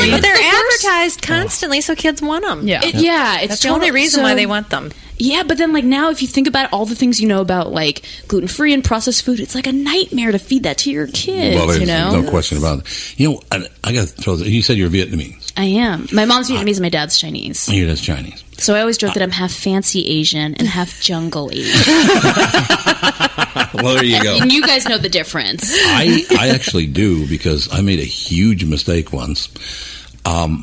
Speaker 21: sure.
Speaker 10: But they're advertised constantly, so kids want them.
Speaker 20: It- yeah, it's
Speaker 10: That's the only
Speaker 20: total-
Speaker 10: reason why
Speaker 20: so-
Speaker 10: they want them.
Speaker 20: Yeah, but then like now, if you think about all the things you know about like gluten free and processed food, it's like a nightmare to feed that to your kids.
Speaker 1: well, there's
Speaker 20: you know,
Speaker 1: no question about it. You know, I, I got to throw. This, you said you're Vietnamese.
Speaker 20: I am. My mom's Vietnamese and my dad's Chinese,
Speaker 1: You're just Chinese.
Speaker 20: so I always joke that I'm half fancy Asian and half jungle Asian.
Speaker 1: well, there you go.
Speaker 20: and you guys know the difference.
Speaker 1: I, I actually do because I made a huge mistake once. Um,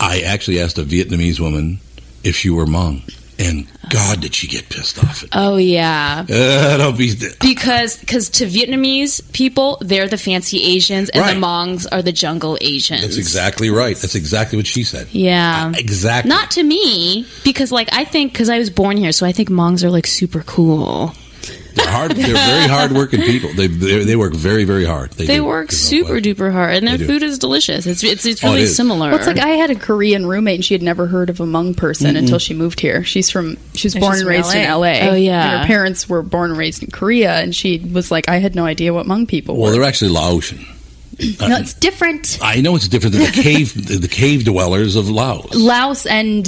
Speaker 1: I actually asked a Vietnamese woman if she were Hmong, and God, did she get pissed off at me.
Speaker 20: oh yeah.
Speaker 1: Uh, don't be,
Speaker 20: Because, because to Vietnamese people, they're the fancy Asians, and
Speaker 1: Right.
Speaker 20: the Mongs are the jungle Asians.
Speaker 1: that's exactly right. That's exactly what she said. Uh,
Speaker 20: Yeah.
Speaker 1: Exactly.
Speaker 20: Not to me, because like I think because I was born here, so I think Mongs are like super cool.
Speaker 1: They're hard. They're very hard-working people. They, they they work very very hard.
Speaker 20: They,
Speaker 1: do.
Speaker 20: work super duper hard, and their
Speaker 1: They do.
Speaker 20: food is delicious. It's it's, it's
Speaker 1: Oh, it
Speaker 20: really
Speaker 1: is.
Speaker 20: similar.
Speaker 2: Well, it's like I had a Korean roommate and she had never heard of a Hmong person
Speaker 20: Mm-mm.
Speaker 2: until she moved here. She's from she was
Speaker 20: And
Speaker 2: born
Speaker 20: she's
Speaker 2: and
Speaker 20: from
Speaker 2: raised in
Speaker 20: LA.
Speaker 2: LA.
Speaker 20: Oh, yeah.
Speaker 2: And her parents were born and raised in Korea and she was like, I had no idea what Hmong people
Speaker 1: Well,
Speaker 2: were.
Speaker 1: they're actually Laotian. uh,
Speaker 2: no, it's different.
Speaker 1: I know it's different than the cave the, the cave dwellers of Laos.
Speaker 2: Laos and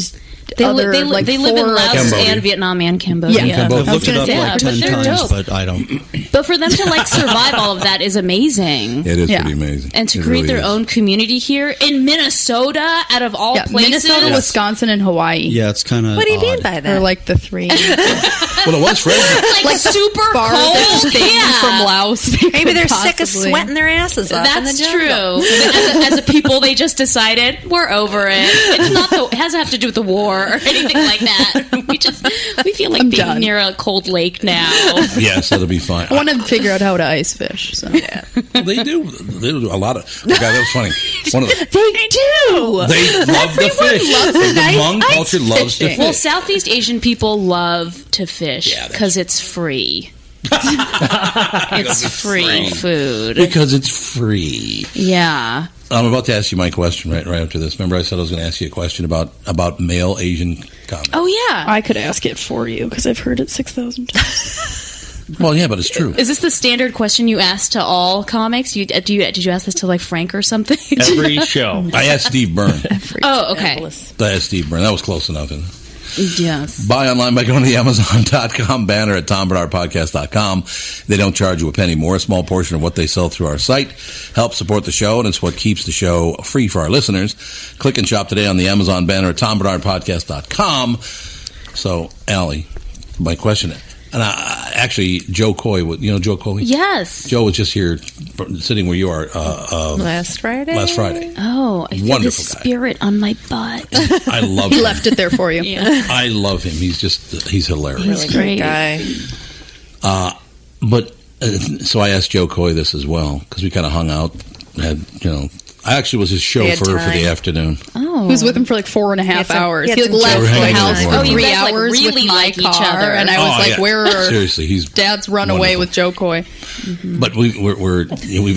Speaker 20: They, li-
Speaker 2: other,
Speaker 20: they, li-
Speaker 2: like,
Speaker 20: they live in
Speaker 2: four-
Speaker 20: Laos
Speaker 1: Cambodia.
Speaker 20: and Vietnam and Cambodia.
Speaker 19: Yeah.
Speaker 1: Cambodia.
Speaker 19: I've looked it up
Speaker 20: Yeah,
Speaker 19: like
Speaker 20: but
Speaker 19: 10
Speaker 20: they're
Speaker 19: times,
Speaker 20: dope.
Speaker 19: but I don't.
Speaker 20: But for them to like survive all of that is amazing.
Speaker 1: It is pretty amazing.
Speaker 20: And to
Speaker 1: It
Speaker 20: create
Speaker 1: really
Speaker 20: their
Speaker 1: is.
Speaker 20: own community here in Minnesota, out of all places,
Speaker 2: Minnesota, Wisconsin, and Hawaii.
Speaker 19: Yeah, it's kind of.
Speaker 2: mean by that? Or like the three
Speaker 1: Well, it was Fresno.
Speaker 20: like, super
Speaker 2: farthest
Speaker 20: cold.
Speaker 2: thing
Speaker 20: Yeah.
Speaker 2: from Laos. they
Speaker 10: Maybe
Speaker 2: could
Speaker 10: they're sick of
Speaker 2: possibly-
Speaker 10: sweating their asses off. in the
Speaker 20: That's true.
Speaker 10: jungle.
Speaker 20: as, a, as a people, they just decided we're over it. It's not the, it hasn't have to do with the war or anything like that. We just we feel like
Speaker 2: I'm
Speaker 20: being
Speaker 2: done.
Speaker 20: near a cold lake now.
Speaker 1: yes, that'll be fine.
Speaker 2: I want to figure out how to ice fish. So. Yeah.
Speaker 1: they do. They do a lot of. Okay, that was funny. One of the,
Speaker 2: They do.
Speaker 1: they love the fish. the Hmong culture loves to
Speaker 20: Well,
Speaker 1: fish.
Speaker 20: Southeast Asian people love to fish because it's free. it's free food
Speaker 1: because it's free.
Speaker 20: Yeah.
Speaker 1: I'm about to ask you my question right right after this. Remember, I said I was going to ask you a question about about male Asian comedy.
Speaker 20: Oh yeah.
Speaker 2: I could ask it for you because I've heard it six thousand times.
Speaker 1: Well, yeah, but it's true.
Speaker 20: Is this the standard question you ask to all comics? You uh, do you did you ask this to like Frank or something?
Speaker 1: show, I asked Steve Byrne.
Speaker 20: Oh, okay.
Speaker 1: I asked Steve Byrne. That was close enough. Isn't it?
Speaker 20: Yes.
Speaker 1: Buy online by going to the Amazon.com banner at TomBernardPodcast.com. They don't charge you a penny more. A small portion of what they sell through our site helps support the show, and it's what keeps the show free for our listeners. Click and shop today on the Amazon banner at TomBernardPodcast.com. So, Allie, my question, and I, actually, Joe Coy, would- you know Joe Coy?
Speaker 20: Yes.
Speaker 1: Joe was just here sitting where you are uh, uh,
Speaker 20: Last Friday.
Speaker 1: last Friday.
Speaker 20: Oh, I feel
Speaker 1: Wonderful
Speaker 20: his
Speaker 1: guy.
Speaker 20: spirit on my butt.
Speaker 1: I love
Speaker 2: He
Speaker 1: him.
Speaker 2: left it there for you.
Speaker 1: I love him. He's just, he's hilarious.
Speaker 20: He's Really great great. guy.
Speaker 1: Uh, but uh, so I asked Joe Coy this as well because we kind of hung out had you know. I actually was his chauffeur for
Speaker 2: time.
Speaker 1: the afternoon.
Speaker 2: Oh. He was with him for like four and a half
Speaker 20: had some-
Speaker 2: hours.
Speaker 20: he had
Speaker 2: He like
Speaker 1: some
Speaker 2: left
Speaker 1: children.
Speaker 2: the
Speaker 1: Right.
Speaker 2: house
Speaker 1: Oh,
Speaker 2: for
Speaker 1: you
Speaker 2: three
Speaker 20: guys, like,
Speaker 2: hours
Speaker 20: really
Speaker 2: with my
Speaker 20: like each
Speaker 2: car,
Speaker 20: other.
Speaker 2: and I was
Speaker 1: Oh,
Speaker 2: like,
Speaker 1: yeah.
Speaker 2: "Where are
Speaker 1: Seriously, he's
Speaker 2: Dad's run away with Joe Coy." Mm-hmm.
Speaker 1: But we were, we're you know, we.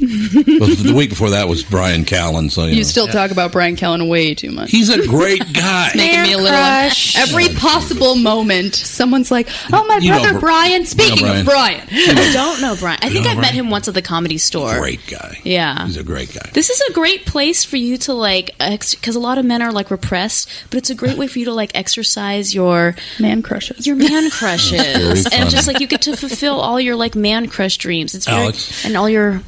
Speaker 1: well, the week before that was Brian Callen. So you,
Speaker 2: You
Speaker 1: know.
Speaker 2: still talk about Brian Kellen way too much.
Speaker 1: Oh, He's a great guy.
Speaker 2: It's making me a little every possible moment. Someone's like, "Oh, my
Speaker 1: You know
Speaker 2: brother
Speaker 1: Br- you
Speaker 2: Brian."
Speaker 20: And speaking
Speaker 1: know
Speaker 20: of
Speaker 1: Brian.
Speaker 20: Brian, I don't know Brian. I
Speaker 1: You
Speaker 20: think
Speaker 1: know
Speaker 20: I've met
Speaker 1: Brian?
Speaker 20: him once at the comedy store.
Speaker 1: Great guy.
Speaker 20: Yeah.
Speaker 1: He's a great guy.
Speaker 20: This is a great place for you to like, because a lot of men are like repressed, but it's a great way for you to like exercise your
Speaker 2: man crushes,
Speaker 20: your man
Speaker 1: Very
Speaker 20: crushes,
Speaker 1: funny.
Speaker 20: and just like you get to fulfill all your like man crush dreams. It's very,
Speaker 1: Alex?
Speaker 20: and all your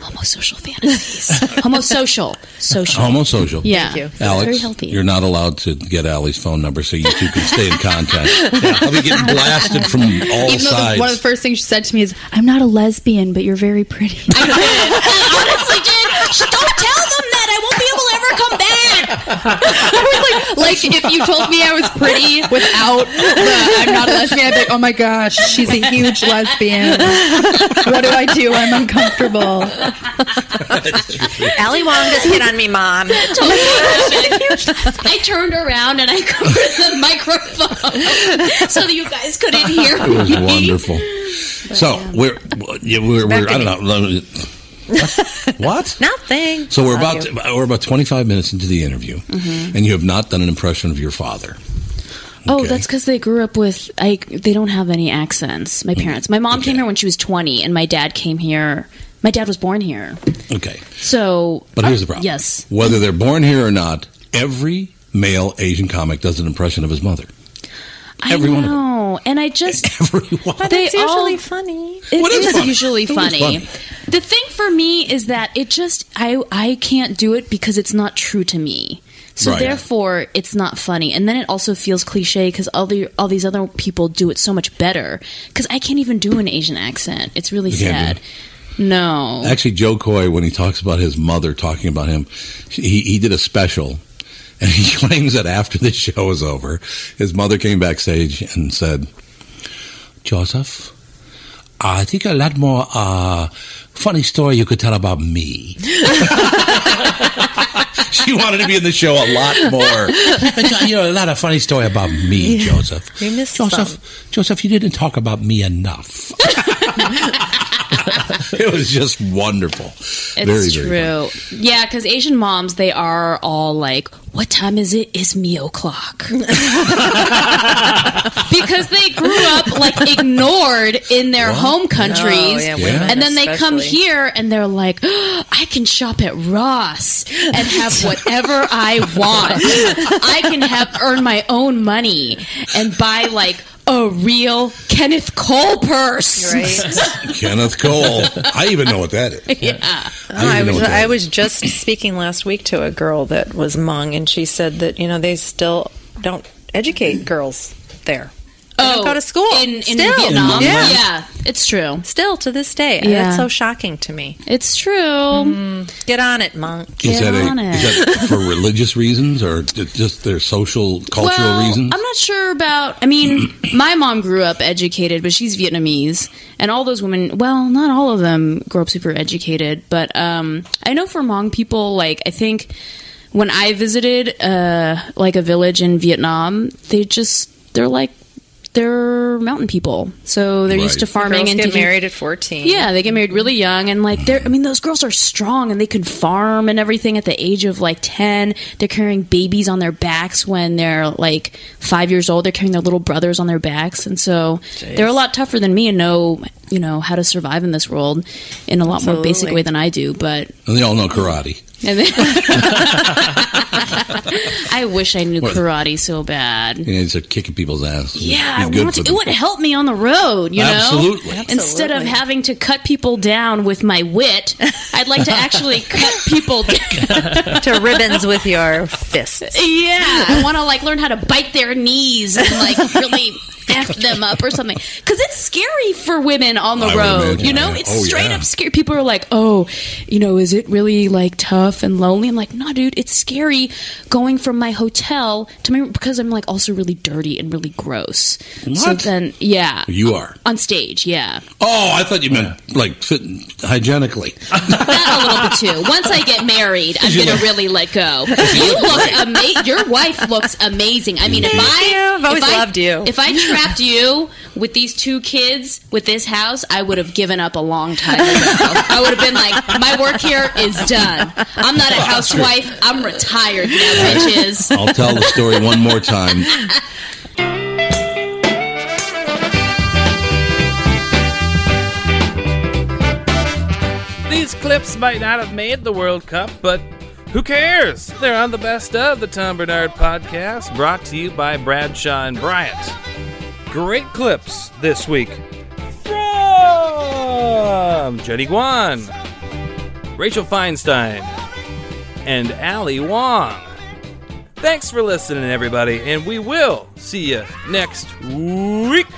Speaker 20: homosocial fantasies, homosocial, social,
Speaker 1: Homosocial.
Speaker 20: Yeah, Thank you.
Speaker 1: Alex,
Speaker 20: very healthy.
Speaker 1: you're not allowed to get Allie's phone number so you two can stay in contact. I'll be getting blasted from all
Speaker 2: Even though the,
Speaker 1: sides.
Speaker 2: one of the first things she said to me is, "I'm not a lesbian, but you're very pretty."
Speaker 20: honestly did. Sh- Don't tell them that. I won't be able to ever come back.
Speaker 2: like, like if you told me I was pretty without the I'm not a lesbian, I'd be like, oh my gosh, she's a huge lesbian. What do I do? I'm uncomfortable.
Speaker 10: Ali Wong just hit on me, mom.
Speaker 20: I turned around and I covered the microphone so that you guys couldn't hear
Speaker 1: it was
Speaker 20: me.
Speaker 1: wonderful. So we're, yeah, we're, we're I don't know. let me- What? What?
Speaker 10: Nothing.
Speaker 1: So we're about to, we're about 25 minutes into the interview,
Speaker 20: Mhm.
Speaker 1: and you have not done an impression of your father.
Speaker 20: Oh, that's because they grew up with I. They don't have any accents.
Speaker 1: Mm-hmm.
Speaker 20: My parents. My mom came here when she was twenty, and my dad came here. My dad was born here.
Speaker 1: Okay.
Speaker 20: So,
Speaker 1: But here's the problem.
Speaker 20: Uh, Yes.
Speaker 1: Whether they're born here or not, every male Asian comic does an impression of his mother.
Speaker 20: I
Speaker 1: Every one of them.
Speaker 20: know, and I just
Speaker 1: everyone.
Speaker 20: But
Speaker 10: it's usually funny.
Speaker 20: It
Speaker 10: What is
Speaker 20: is
Speaker 10: funny?
Speaker 20: usually
Speaker 10: It is
Speaker 20: funny.
Speaker 10: funny.
Speaker 20: The thing for me is that it just I I can't do it because it's not true to me. So
Speaker 3: Right.
Speaker 20: therefore, it's not funny, and then it also feels cliche because all the all these other people do it so much better. Because I can't even do an Asian accent. It's really
Speaker 1: You can't do
Speaker 20: sad. No,
Speaker 1: Actually, Joe Coy, when he talks about his mother talking about him, he, he did a special, and he claims that after the show was over, his mother came backstage and said, Joseph, I think a lot more uh, funny story you could tell about me. she wanted to be in the show a lot more. uh, You know, a lot of funny story about me, Joseph.
Speaker 10: We missed
Speaker 1: Joseph, Joseph, you didn't talk about me enough. it was just wonderful. It's
Speaker 20: it's true. Yeah, because Asian moms they are all like, "What time is it? It's me o'clock." because they grew up like ignored in their home countries,
Speaker 10: yeah, women
Speaker 20: and then they come
Speaker 10: especially.
Speaker 20: here and they're like, "I can shop at Ross and have whatever I want. I can have earn my own money and buy like." A real Kenneth Cole purse.
Speaker 1: Kenneth Cole. I even know what that is.
Speaker 20: yeah.
Speaker 1: I don't
Speaker 10: Oh, I,
Speaker 1: even know
Speaker 10: was,
Speaker 1: what that
Speaker 10: I was just speaking last week to a girl that was Hmong, and she said that you know they still don't educate girls there. They don't
Speaker 20: Oh,
Speaker 10: go to school
Speaker 20: in- in
Speaker 10: Still.
Speaker 20: Vietnam?
Speaker 10: Yeah.
Speaker 20: Yeah, it's true.
Speaker 10: Still to this day, and
Speaker 20: Yeah.
Speaker 10: it's so shocking to me. Mm.
Speaker 20: It's true.
Speaker 10: Get on it, monk.
Speaker 1: Is that, a, is that for religious reasons or ju- just their social, cultural
Speaker 20: well,
Speaker 1: reasons?
Speaker 20: I'm not sure about. I mean, my mom grew up educated, but she's Vietnamese, and all those women. Well, not all of them grew up super educated, but um, I know for Hmong people, like I think when I visited, uh, like a village in Vietnam, they just they're like they're mountain people, so they're used to farming
Speaker 10: Girls
Speaker 20: and
Speaker 10: get
Speaker 20: taking-
Speaker 10: married at fourteen.
Speaker 20: Yeah, they get married really young, and like they're. I mean, those girls are strong, and they can farm and everything at the age of like ten. They're carrying babies on their backs when they're like five years old. They're carrying their little brothers on their backs, and so
Speaker 10: Jeez.
Speaker 20: they're a lot tougher than me and know you know how to survive in this world in a lot more basic
Speaker 10: Absolutely.
Speaker 20: way than I do. But
Speaker 1: and they all know karate.
Speaker 20: and then- I wish I knew
Speaker 1: What?
Speaker 20: karate so bad.
Speaker 1: You know, they're kicking people's ass.
Speaker 20: Yeah, I
Speaker 1: It's good
Speaker 20: want
Speaker 1: for
Speaker 20: to, it
Speaker 1: them.
Speaker 20: would help me on the road, you
Speaker 1: Absolutely.
Speaker 20: know? Instead of having to cut people down with my wit, I'd like to actually cut people
Speaker 10: to ribbons with your fists.
Speaker 20: Yeah, I want to like learn how to bite their knees and like really f them up or something. Because it's scary for women on the
Speaker 8: I would
Speaker 20: road.
Speaker 8: imagine,
Speaker 20: You know,
Speaker 8: yeah.
Speaker 20: it's
Speaker 8: Oh,
Speaker 20: straight
Speaker 8: yeah.
Speaker 20: up scary. People are like, "Oh, you know, is it really like tough and lonely?" I'm like, "No, dude, it's scary going from my hotel to my because I'm like also really dirty and really gross." So
Speaker 19: What?
Speaker 20: then, yeah,
Speaker 19: You are.
Speaker 20: on stage, yeah.
Speaker 19: Oh, I thought you meant like fit hygienically.
Speaker 20: That a little bit too. Once I get married, I'm gonna really let go. You look amazing. Your wife looks amazing. I mean, if I,
Speaker 14: I've always
Speaker 20: if I-
Speaker 14: loved you.
Speaker 20: If I trapped you with these two kids with this house, I would have given up a long time ago. I would have been like, my work here is done. I'm not a housewife. I'm retired now, bitches.
Speaker 19: I'll tell the story one more time.
Speaker 9: These clips might not have made the World Cup, but who cares? They're on the best of the Tom Bernard podcast, brought to you by Bradshaw and Bryant. Great clips this week from Jenny Guan, Rachel Feinstein, and Ali Wong. Thanks for listening, everybody, and we will see you next week.